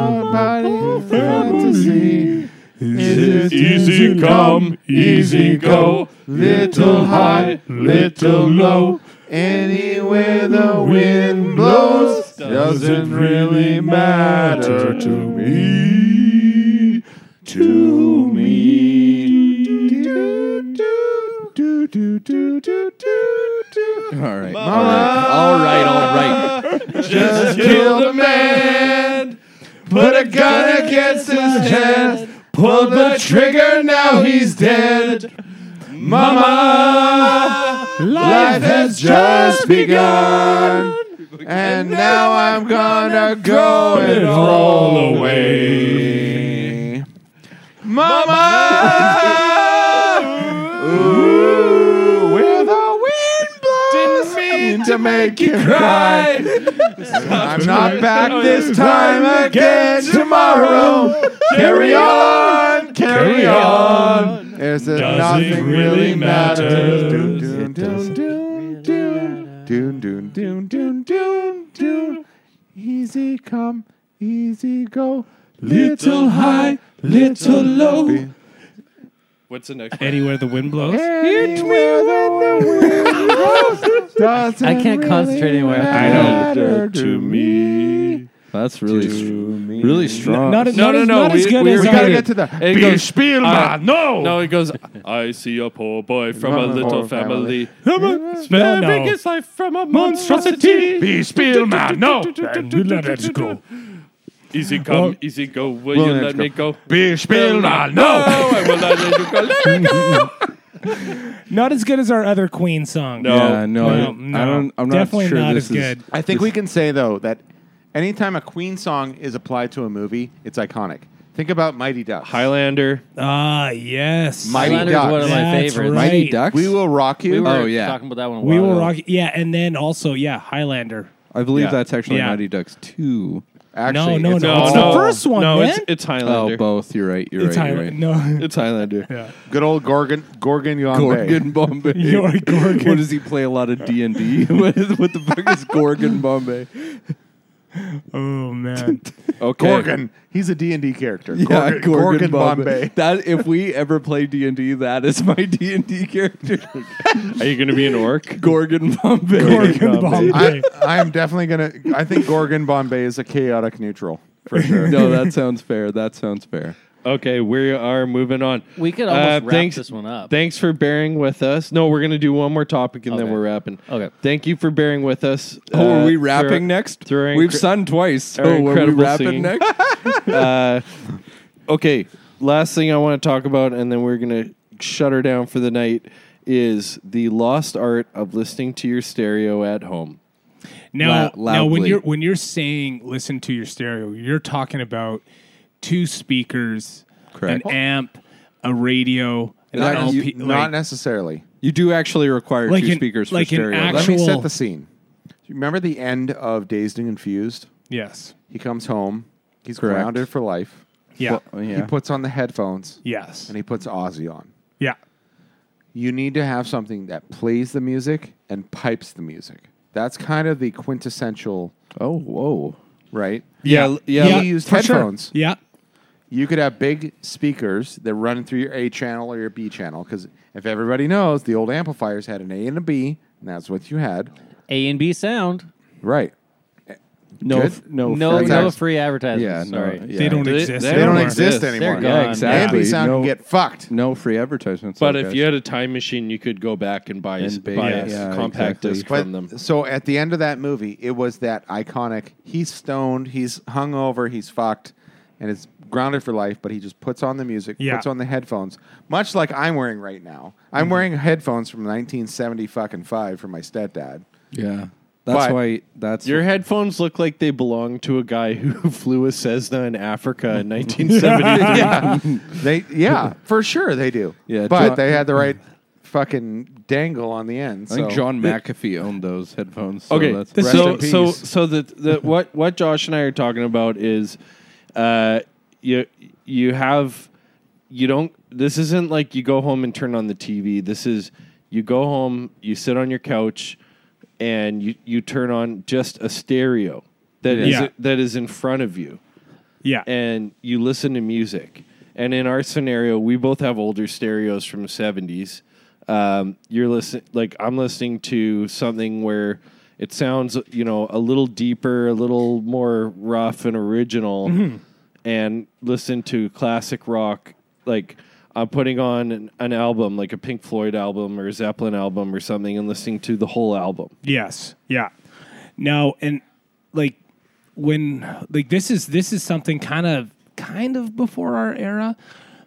S2: Nobody fantasy. Is it
S3: Easy come, easy go,
S2: little high, little low. Anywhere the wind blows doesn't really matter to me. To me. Do, do, do, do, do, do, do.
S1: All right.
S2: All right, all right. Just killed a man. Put a gun against his chest. Pulled the trigger, now he's dead. Mama, life has just begun. And now I'm gonna go and roll away. Mama! Ooh, where the wind blows Didn't mean to make you cry. I'm not back this time again tomorrow. Carry on, carry on. Is it nothing really matters? Doon, doon, doon, doon, doon, doon, doon, doon, doon, doon. Easy come, easy go. Little high, little low.
S3: What's the next?
S5: Anywhere the wind blows.
S2: Anywhere that the wind blows doesn't
S4: I can't
S2: really
S4: concentrate anymore.
S2: matter
S4: I
S3: know.
S2: to me.
S1: That's really, really strong.
S5: Not,
S3: No,
S5: not
S3: no,
S5: as,
S3: no,
S5: Not as
S3: we-
S5: good
S3: we-
S5: as
S2: We gotta
S5: I-
S2: get to the
S3: It goes-
S2: Spielmann.
S3: I-
S2: no,
S3: No, it goes. I see a poor boy from a
S2: From a
S3: little
S2: poor
S3: family.
S2: family.
S5: No, no.
S3: Biggest life from a monstrosity.
S2: Be Spielman, no.
S5: we let it go.
S3: Easy come, easy go. Will you
S2: let
S3: let
S2: go.
S3: me go? Oh,
S2: Be Spielman, no.
S3: I will not let you go. Let me go.
S5: Not as good as our other Queen song.
S3: No.
S1: yeah, no,
S5: No,
S1: I,
S5: no.
S1: I don't. I'm
S5: Definitely
S1: not sure
S5: not
S1: this
S5: as
S1: is.
S5: good.
S2: I think we can say though that anytime a Queen song is applied to a movie, it's iconic. Think about Mighty Ducks.
S3: Highlander.
S5: Ah, yes.
S2: Mighty
S4: Highlander's
S2: Ducks.
S4: one of my
S5: That's
S4: favorites.
S5: right.
S1: Mighty Ducks.
S2: We will rock you.
S4: We were
S1: Oh, yeah.
S4: talking about that one. a
S5: We
S4: while
S5: will
S4: ago.
S5: rock. Yeah, and then also, yeah, Highlander.
S1: I believe
S2: Yeah.
S1: that's actually
S5: Yeah.
S1: Mighty Ducks two.
S2: Uh, Actually,
S5: no,
S2: it's
S5: no.
S2: all
S5: It's the first one,
S3: No,
S5: man.
S3: it's it's
S1: Oh,
S3: Highlander.
S1: both. You're right. You're
S5: It's
S1: right.
S5: Highlander.
S1: You're right.
S5: No,
S3: It's Highlander.
S2: Good old Gorgon, Gorgon Yonbe.
S1: Gorgon Bombay.
S5: You're a Gorgon.
S1: What does he play? A lot of D and D. What is- what the fuck is Gorgon Bombay?
S5: oh man.
S1: Okay.
S2: Gorgon. He's a D and D character.
S1: Yeah,
S2: Gorgon, Gorgon Bombay.
S1: That if we ever play D and D, that is my D and D character,
S3: Are you going to be an orc?
S1: Gorgon Bombay.
S5: Gorgon Bombay.
S2: I, I am definitely gonna. I think Gorgon Bombay is a chaotic neutral.
S1: for sure. No, that sounds fair. That sounds fair.
S3: Okay, we are moving on.
S4: We could almost
S3: Uh,
S4: wrap this one up.
S3: Thanks for bearing with us. No, we're going to do one more topic and then
S4: Okay.
S3: we're wrapping.
S4: Okay.
S3: Thank you for bearing with us.
S1: Oh, are
S3: uh,
S1: we
S3: through-
S1: rapping next?
S3: through our
S1: We've
S3: incre-
S1: sung twice,
S3: our
S1: so are we
S3: incredible
S1: rapping
S3: singing.
S1: next?
S3: Okay, last thing I want to talk about, and then we're going to shut her down for the night, is the lost art of listening to your stereo at home.
S5: Now,
S1: Lou-
S5: now when
S1: loudly.
S5: you're when you're saying listen to your stereo, you're talking about two speakers,
S1: Correct.
S5: an amp, a radio, an
S2: Not,
S5: LP,
S2: you- not
S5: like,
S2: necessarily.
S1: You do actually require
S5: Like
S1: two
S5: an-
S1: speakers
S5: like
S1: for
S5: an
S1: stereo.
S5: act-
S2: Let me set
S5: Actual-
S2: the scene. Do you remember the end of Dazed and Confused?
S5: yes,
S2: He comes home. He's
S1: Correct.
S2: grounded for life.
S5: yeah,
S1: Oh, yeah.
S2: He puts on the headphones
S5: yes,
S2: and he puts Ozzy on.
S5: yeah,
S2: You need to have something that plays the music and pipes the music. That's kind of the quintessential,
S1: oh, whoa.
S2: right?
S3: Yeah, l- yeah.
S5: Yeah.
S2: he used
S5: for sure.
S2: headphones.
S5: yeah,
S2: You could have big speakers that run through your A channel or your B channel because if everybody knows, the old amplifiers had an A and a B, and that's what you had,
S4: A and B sound.
S2: right?
S1: No,
S2: Good.
S1: f- no,
S4: No,
S1: free-
S2: That's
S4: no
S2: act-
S4: free advertising.
S1: Oh, Yeah, no,
S4: Sorry.
S1: yeah.
S5: They don't
S3: They-
S5: exist.
S3: they
S2: They don't
S3: They're
S2: exist
S3: gone.
S2: anymore.
S4: They're gone.
S2: The A and B
S1: Exactly.
S2: sound
S1: No-
S2: can get fucked.
S1: no free advertisements.
S3: But
S1: like
S3: if
S1: that.
S3: you had a time machine, you could go back and buy,
S1: And
S3: buy
S1: big-
S3: a
S1: yeah,
S3: compact
S1: exactly.
S3: disc
S2: But-
S3: from them.
S2: So at the end of that movie, it was that iconic. He's stoned. He's hungover. He's fucked. and it's grounded for life, but he just puts on the music,
S7: Yeah.
S2: puts on the headphones, much like I'm wearing right now. I'm wearing headphones from 1970 fucking five from my stepdad.
S1: Yeah. That's
S2: But-
S1: why that's
S3: Your headphones look like they belong to a guy who flew a Cessna in Africa in 1970.
S2: yeah, they yeah for sure they do.
S1: Yeah,
S2: but
S1: John-
S2: they had the right fucking dangle on the end.
S1: I think
S2: so-
S1: John McAfee owned those headphones. So
S3: okay,
S1: that's
S3: so
S1: Rest in
S3: so,
S1: peace.
S3: so the, the what what Josh and I are talking about is, uh, you you have you don't. This isn't like you go home and turn on the TV. This is you go home, you sit on your couch, and you you turn on just a stereo that is
S5: Yeah.
S3: that is in front of you.
S5: Yeah.
S3: and you listen to music. And in our scenario, we both have older stereos from the 70s. Um, you're listening, like I'm listening to something where it sounds, you know, a little deeper, a little more rough and original, and listen to classic rock. Like I'm putting on an, an album, like a Pink Floyd album or a Zeppelin album or something, and listening to the whole album.
S5: Yes. Yeah. Now and like when like this is this is something kind of kind of before our era.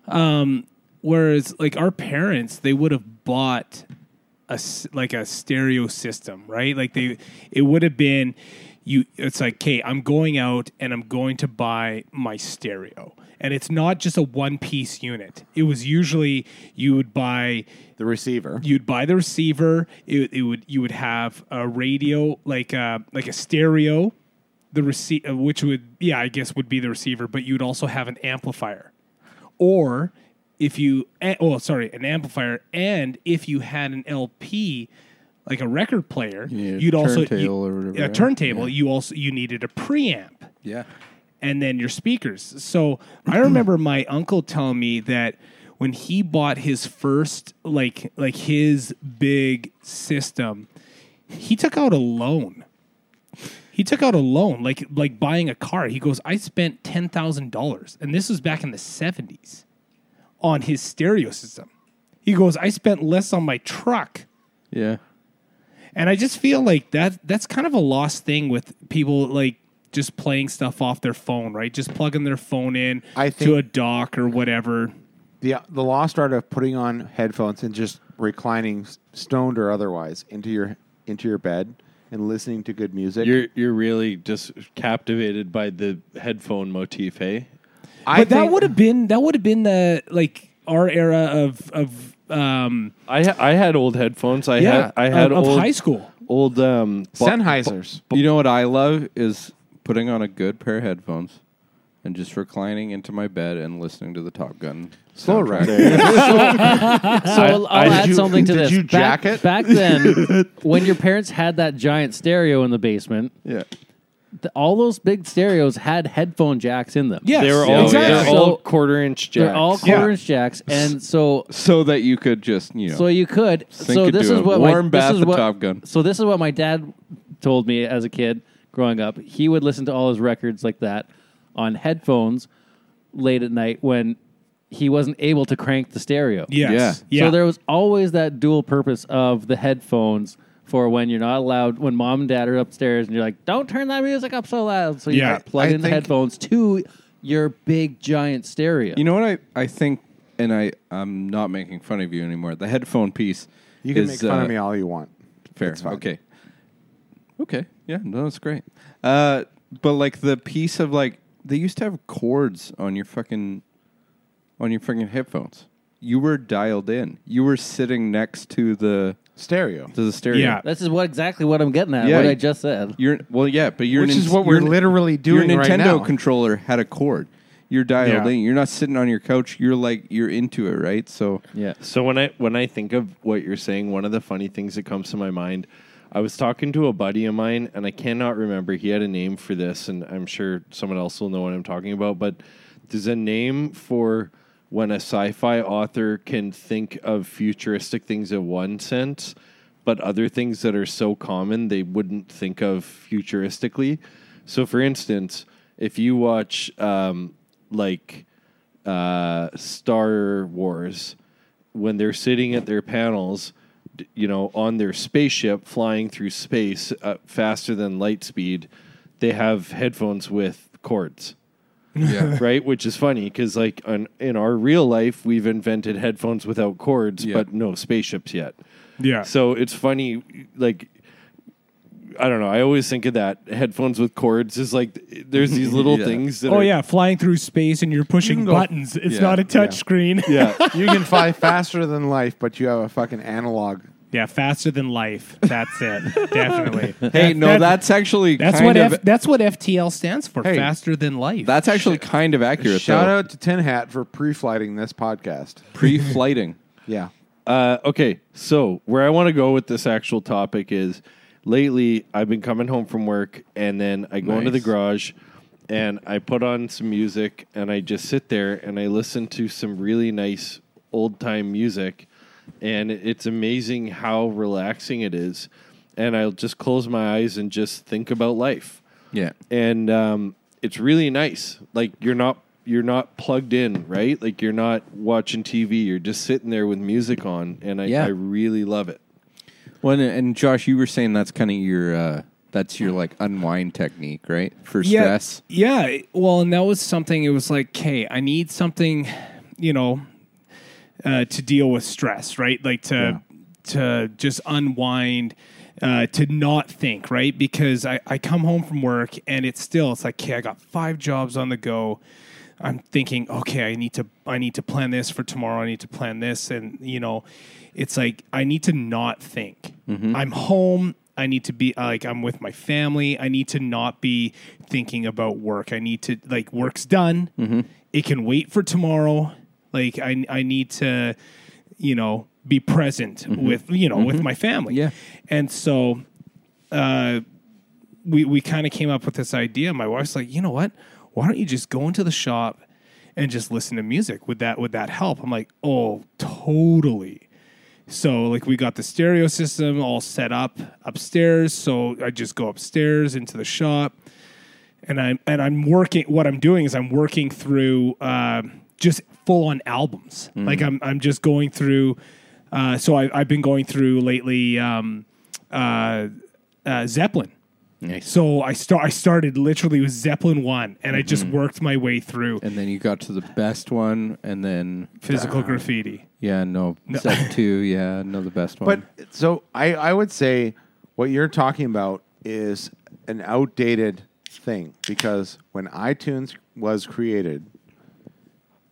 S5: Um whereas like our parents they would have bought a s- like a stereo system, right? Like they it would have been you it's like, "Okay, I'm going out and I'm going to buy my stereo." And it's not just a one-piece unit. It was usually you would buy
S2: the receiver.
S5: you'd buy the receiver. It, it would you would have a radio like a like a stereo, the receive which would yeah I guess would be the receiver, but you'd also have an amplifier, or if you eh, oh sorry an amplifier, and if you had an LP. Like a record player,
S1: needed a
S5: you'd also
S1: turntable or whatever,
S5: a
S1: right?
S5: turntable. You also you needed a preamp
S1: yeah.
S5: and then your speakers. So I remember my uncle telling me that when he bought his first like like his big system, he took out a loan. He took out a loan, like like buying a car. He goes, I spent ten thousand dollars, and this was back in the seventies, on his stereo system. He goes, I spent less on my truck
S1: Yeah.
S5: and I just feel like that that's kind of a lost thing with people like just playing stuff off their phone, right? Just plugging their phone in
S2: I
S5: to
S2: think-
S5: a dock or whatever.
S2: the the lost art of putting on headphones and just reclining s- stoned or otherwise into your into your bed and listening to good music.
S3: You're you're really just captivated by the headphone motif, eh?
S2: I
S5: But that
S2: think-
S5: would have been that would have been the like our era of of um
S3: I ha- I had old headphones. I
S5: yeah
S3: had I had
S5: of, of
S3: old
S5: high school.
S3: old um bo-
S2: Sennheisers.
S1: You know what I love is putting on a good pair of headphones and just reclining into my bed and listening to the Top Gun.
S2: Slow
S1: soundtrack.
S4: So I'll,
S3: I-
S4: I'll
S3: did
S4: add
S3: you-
S4: something to
S2: did
S4: this.
S2: you
S4: Back-
S2: jacket?
S4: back then, when your parents had that giant stereo in the basement,
S1: Yeah.
S4: th- all those big stereos had headphone jacks in them.
S5: Yes,
S3: They were all
S5: exactly.
S3: they're all
S4: So-
S3: quarter inch jacks.
S4: They're all quarter inch jacks, and so
S1: So that you could just, you know.
S4: so you could.
S1: Sink
S4: so
S1: into
S4: this
S1: a
S4: is what
S1: warm
S4: my, this
S1: bath
S4: is
S1: of
S4: what,
S1: Top Gun.
S4: So this is what my dad told me as a kid growing up. He would listen to all his records like that on headphones late at night when he wasn't able to crank the stereo.
S5: Yes. Yeah.
S4: So there was always that dual purpose of the headphones for when you're not allowed, when mom and dad are upstairs and you're like, don't turn that music up so loud. So you
S5: Yeah.
S4: might plug
S2: I
S4: in the
S2: think-
S4: headphones to your big giant stereo.
S1: You know what I, I think, and I, I'm not making fun of you anymore. The headphone piece.
S2: You can
S1: is,
S2: make fun
S1: uh,
S2: of me all you want.
S1: Fair.
S2: fine.
S1: Okay. Okay. Yeah. No, that's great. Uh, but like the piece of like they used to have chords on your fucking on your fucking headphones. You were dialed in. You were sitting next to the
S2: Stereo.
S1: to the stereo.
S5: Yeah.
S4: This is what exactly what I'm getting at,
S1: Yeah.
S4: what I just said.
S1: You're well, yeah, but you're
S2: Which
S1: an,
S2: is what we're
S1: you're-
S2: literally doing
S1: Your
S2: right
S1: Nintendo
S2: now.
S1: controller had a cord. You're dialed
S5: Yeah.
S1: in. You're not sitting on your couch. You're like you're into it, right? So
S4: Yeah.
S3: So when I when I think of what you're saying, one of the funny things that comes to my mind, I was talking to a buddy of mine, and I cannot remember. He had a name for this, and I'm sure someone else will know what I'm talking about. But there's a name for when a sci-fi author can think of futuristic things in one sense, but other things that are so common they wouldn't think of futuristically. So, for instance, if you watch um, like uh, Star Wars when they're sitting at their panels, d- you know, on their spaceship flying through space uh, faster than light speed, they have headphones with cords.
S1: Yeah.
S3: right? Which is funny because, like, on, in our real life, we've invented headphones without cords,
S1: Yeah.
S3: but no spaceships yet.
S5: Yeah.
S3: So it's funny, like, I don't know. I always think of that headphones with cords is like there's these little
S1: Yeah.
S3: things that
S5: oh
S3: are-
S5: yeah, flying through space and you're pushing buttons. It's
S1: Yeah,
S5: not a touch screen.
S3: yeah.
S2: you can fly faster than life, but you have a fucking analog.
S5: yeah, faster than life. That's it. Definitely.
S1: Hey,
S5: That-
S1: no,
S5: that-
S1: that's actually
S5: that's
S1: kind
S5: what
S1: of
S5: F, that's what FTL stands for.
S2: Hey.
S5: faster than life.
S1: that's actually kind of accurate.
S2: Shout
S1: though.
S2: out to Tin Hat for pre-flighting this podcast.
S1: pre-flighting.
S2: Yeah.
S3: Uh, okay, so where I want to go with this actual topic is lately I've been coming home from work and then I go into the
S1: Nice.
S3: garage and I put on some music and I just sit there and I listen to some really nice old time music and it's amazing how relaxing it is and I'll just close my eyes and just think about life
S1: yeah.
S3: and um, it's really nice. Like you're not you're not plugged in, right? Like you're not watching TV. You're just sitting there with music on, and I,
S1: Yeah.
S3: I really love it.
S1: When and Josh, you were saying that's kind of your uh, that's your like unwind technique, right? For stress.
S5: Yeah. yeah. Well, and that was something. It was like, hey, I need something, you know, uh, to deal with stress, right? Like to to just unwind, uh, to not think, right? Because I, I come home from work and it's still it's like, okay, I got five jobs on the go. I'm thinking, okay, I need to I need to plan this for tomorrow. I need to plan this, and you know, it's like I need to not think. I'm home. I need to be like I'm with my family. I need to not be thinking about work. I need to like work's done. It can wait for tomorrow. Like I I need to, you know, be present with you know with my family.
S1: Yeah.
S5: and so uh, we we kind of came up with this idea. My wife's like, you know what? Why don't you just go into the shop and just listen to music? Would that would that help? I'm like, oh, totally. So like we got the stereo system all set up upstairs. So I just go upstairs into the shop, and I'm and I'm working. What I'm doing is I'm working through um just full on albums. Like I'm I'm just going through. Uh, so I, I've been going through lately um, uh, uh, Zeppelin. So I start. I started literally with Zeppelin one, and I just worked my way through
S1: And then you got to the best one, and then
S5: physical graffiti.
S1: yeah, no, step two, yeah, no, the best one.
S2: But so I, I would say what you're talking about is an outdated thing because when iTunes was created,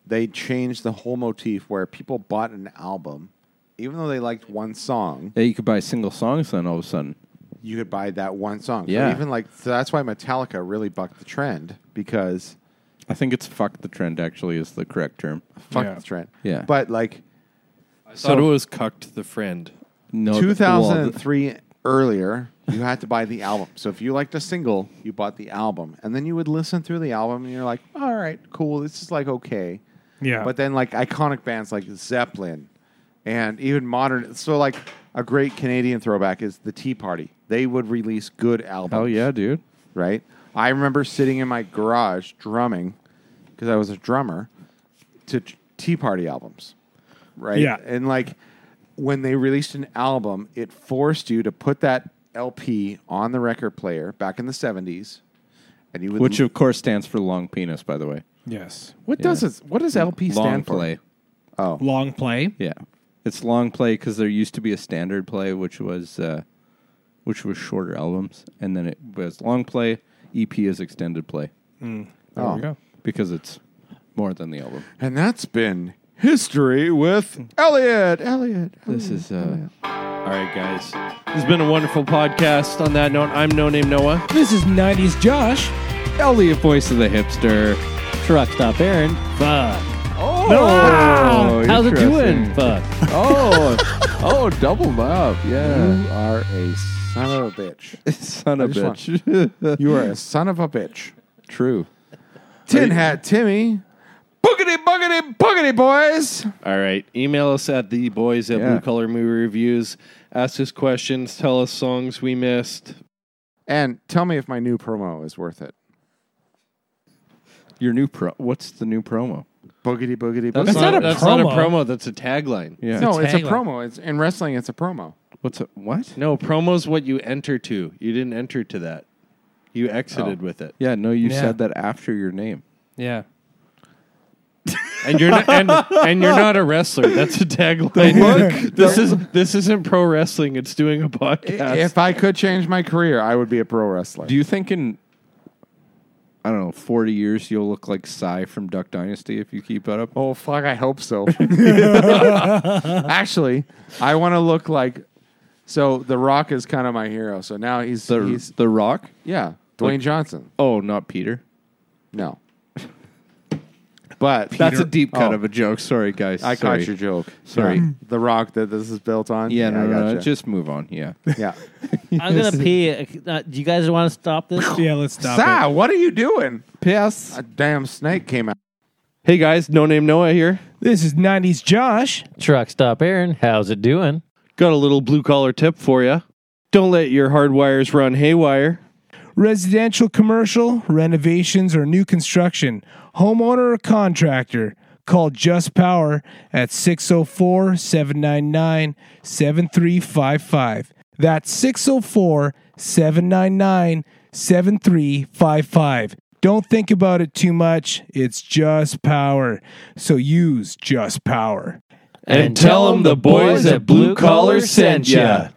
S2: they changed the whole motif where people bought an album, even though they liked one song,
S1: yeah, you could buy single songs then all of a sudden.
S2: you could buy that one song. So
S1: Yeah.
S2: even like so that's why Metallica really bucked the trend because
S1: I think it's fuck the trend actually is the correct term.
S2: fuck
S5: Yeah.
S2: the trend.
S1: Yeah.
S2: But like
S3: I thought it was cucked the friend.
S1: No, th- well, th-
S2: 2003 earlier, you had to buy the album. So if you liked a single, you bought the album, and then you would listen through the album, and you're like, "All right, cool, this is like okay."
S5: Yeah,
S2: But then like iconic bands like Zeppelin, and even modern. So like a great Canadian throwback is the Tea Party. They would release good albums
S1: hell Oh, yeah, dude.
S2: right? I remember sitting in my garage drumming because I was a drummer to t- Tea Party albums, right?
S5: Yeah.
S2: And like when they released an album, it forced you to put that LP on the record player back in the 70s. And you would
S1: Which of course stands for long penis, by the way.
S5: yes,
S2: what does it, what does LP
S1: Long
S2: stand
S1: play.
S2: for?
S5: long play.
S1: Yeah, it's long play because there used to be a standard play, which was uh, which was shorter albums, and then it was long play. EP is extended play
S5: There we
S2: Oh.
S5: go.
S1: because it's more than the album.
S2: And that's been history with Elliot. Elliot.
S1: This is uh,
S3: All right, guys, this has been a wonderful podcast. On that note, I'm No Name Noah.
S5: This is '90s Josh.
S1: Elliot, voice of the hipster.
S4: Truck stop, Aaron. Fuck.
S1: Oh,
S4: Ah, how's it doing? Fuck.
S1: oh, oh, doubled up. Yeah,
S2: You are a son of a bitch.
S1: son of a
S2: just want-
S1: bitch.
S2: You are a son of a bitch.
S1: Hmm. True.
S2: Tin Hat Timmy. Boogity, boogity, boogity, boys.
S3: All right. Email us at the boys at
S1: Yeah.
S3: blue collar movie reviews. Ask us questions. Tell us songs we missed.
S2: And tell me if my new promo is worth it.
S1: Your new pro. What's the new promo?
S2: Boogity boogity
S5: That's
S2: boogity.
S5: not a
S3: that's
S5: promo.
S3: not a promo. That's a tagline.
S1: Yeah.
S2: no, it's a
S5: tagline.
S2: promo. It's in wrestling. It's a promo.
S1: What's it? What?
S3: No, promo's what you enter to. You didn't enter to that. You exited with it.
S1: Yeah. No, you
S5: Yeah.
S1: said that after your name.
S5: Yeah.
S3: and you're not, and, and you're not a wrestler. That's a tagline. this is this isn't pro wrestling. It's doing a podcast.
S2: If I could change my career, I would be a pro wrestler.
S1: Do you think in I don't know, 40 years you'll look like Psy from Duck Dynasty if you keep that up?
S2: oh fuck, I hope so. Actually, I want to look like so The Rock is kind of my hero. So now he's
S1: The
S2: he's
S1: The Rock?
S2: yeah, Dwayne Johnson.
S1: Oh, not Peter.
S2: No. But
S1: That's a deep cut
S2: Oh.
S1: of a joke. Sorry, guys.
S2: I
S1: Sorry.
S2: caught your joke.
S1: Sorry.
S2: Yeah. The rock that this is built on.
S1: Yeah, no,
S2: I
S1: no, no.
S2: gotcha.
S1: Just move on. Yeah.
S2: yeah.
S4: I'm gonna pee. Uh, do you guys want to stop this?
S5: Yeah, let's stop it.
S2: Sa, what are you doing?
S1: Piss.
S2: A damn snake came out.
S3: hey guys, no name Noah here.
S5: This is 90s Josh.
S4: Truck stop, Aaron. How's it doing?
S3: Got a little blue collar tip for you. Don't let your hard wires run haywire.
S5: Residential, commercial, renovations, or new construction. Homeowner or contractor. Call Just Power at 604 799 7355. That's 604 799 7355. Don't think about it too much. It's Just Power. So use Just Power.
S3: And, tell 'em tell them the boys at Blue Collar sent ya.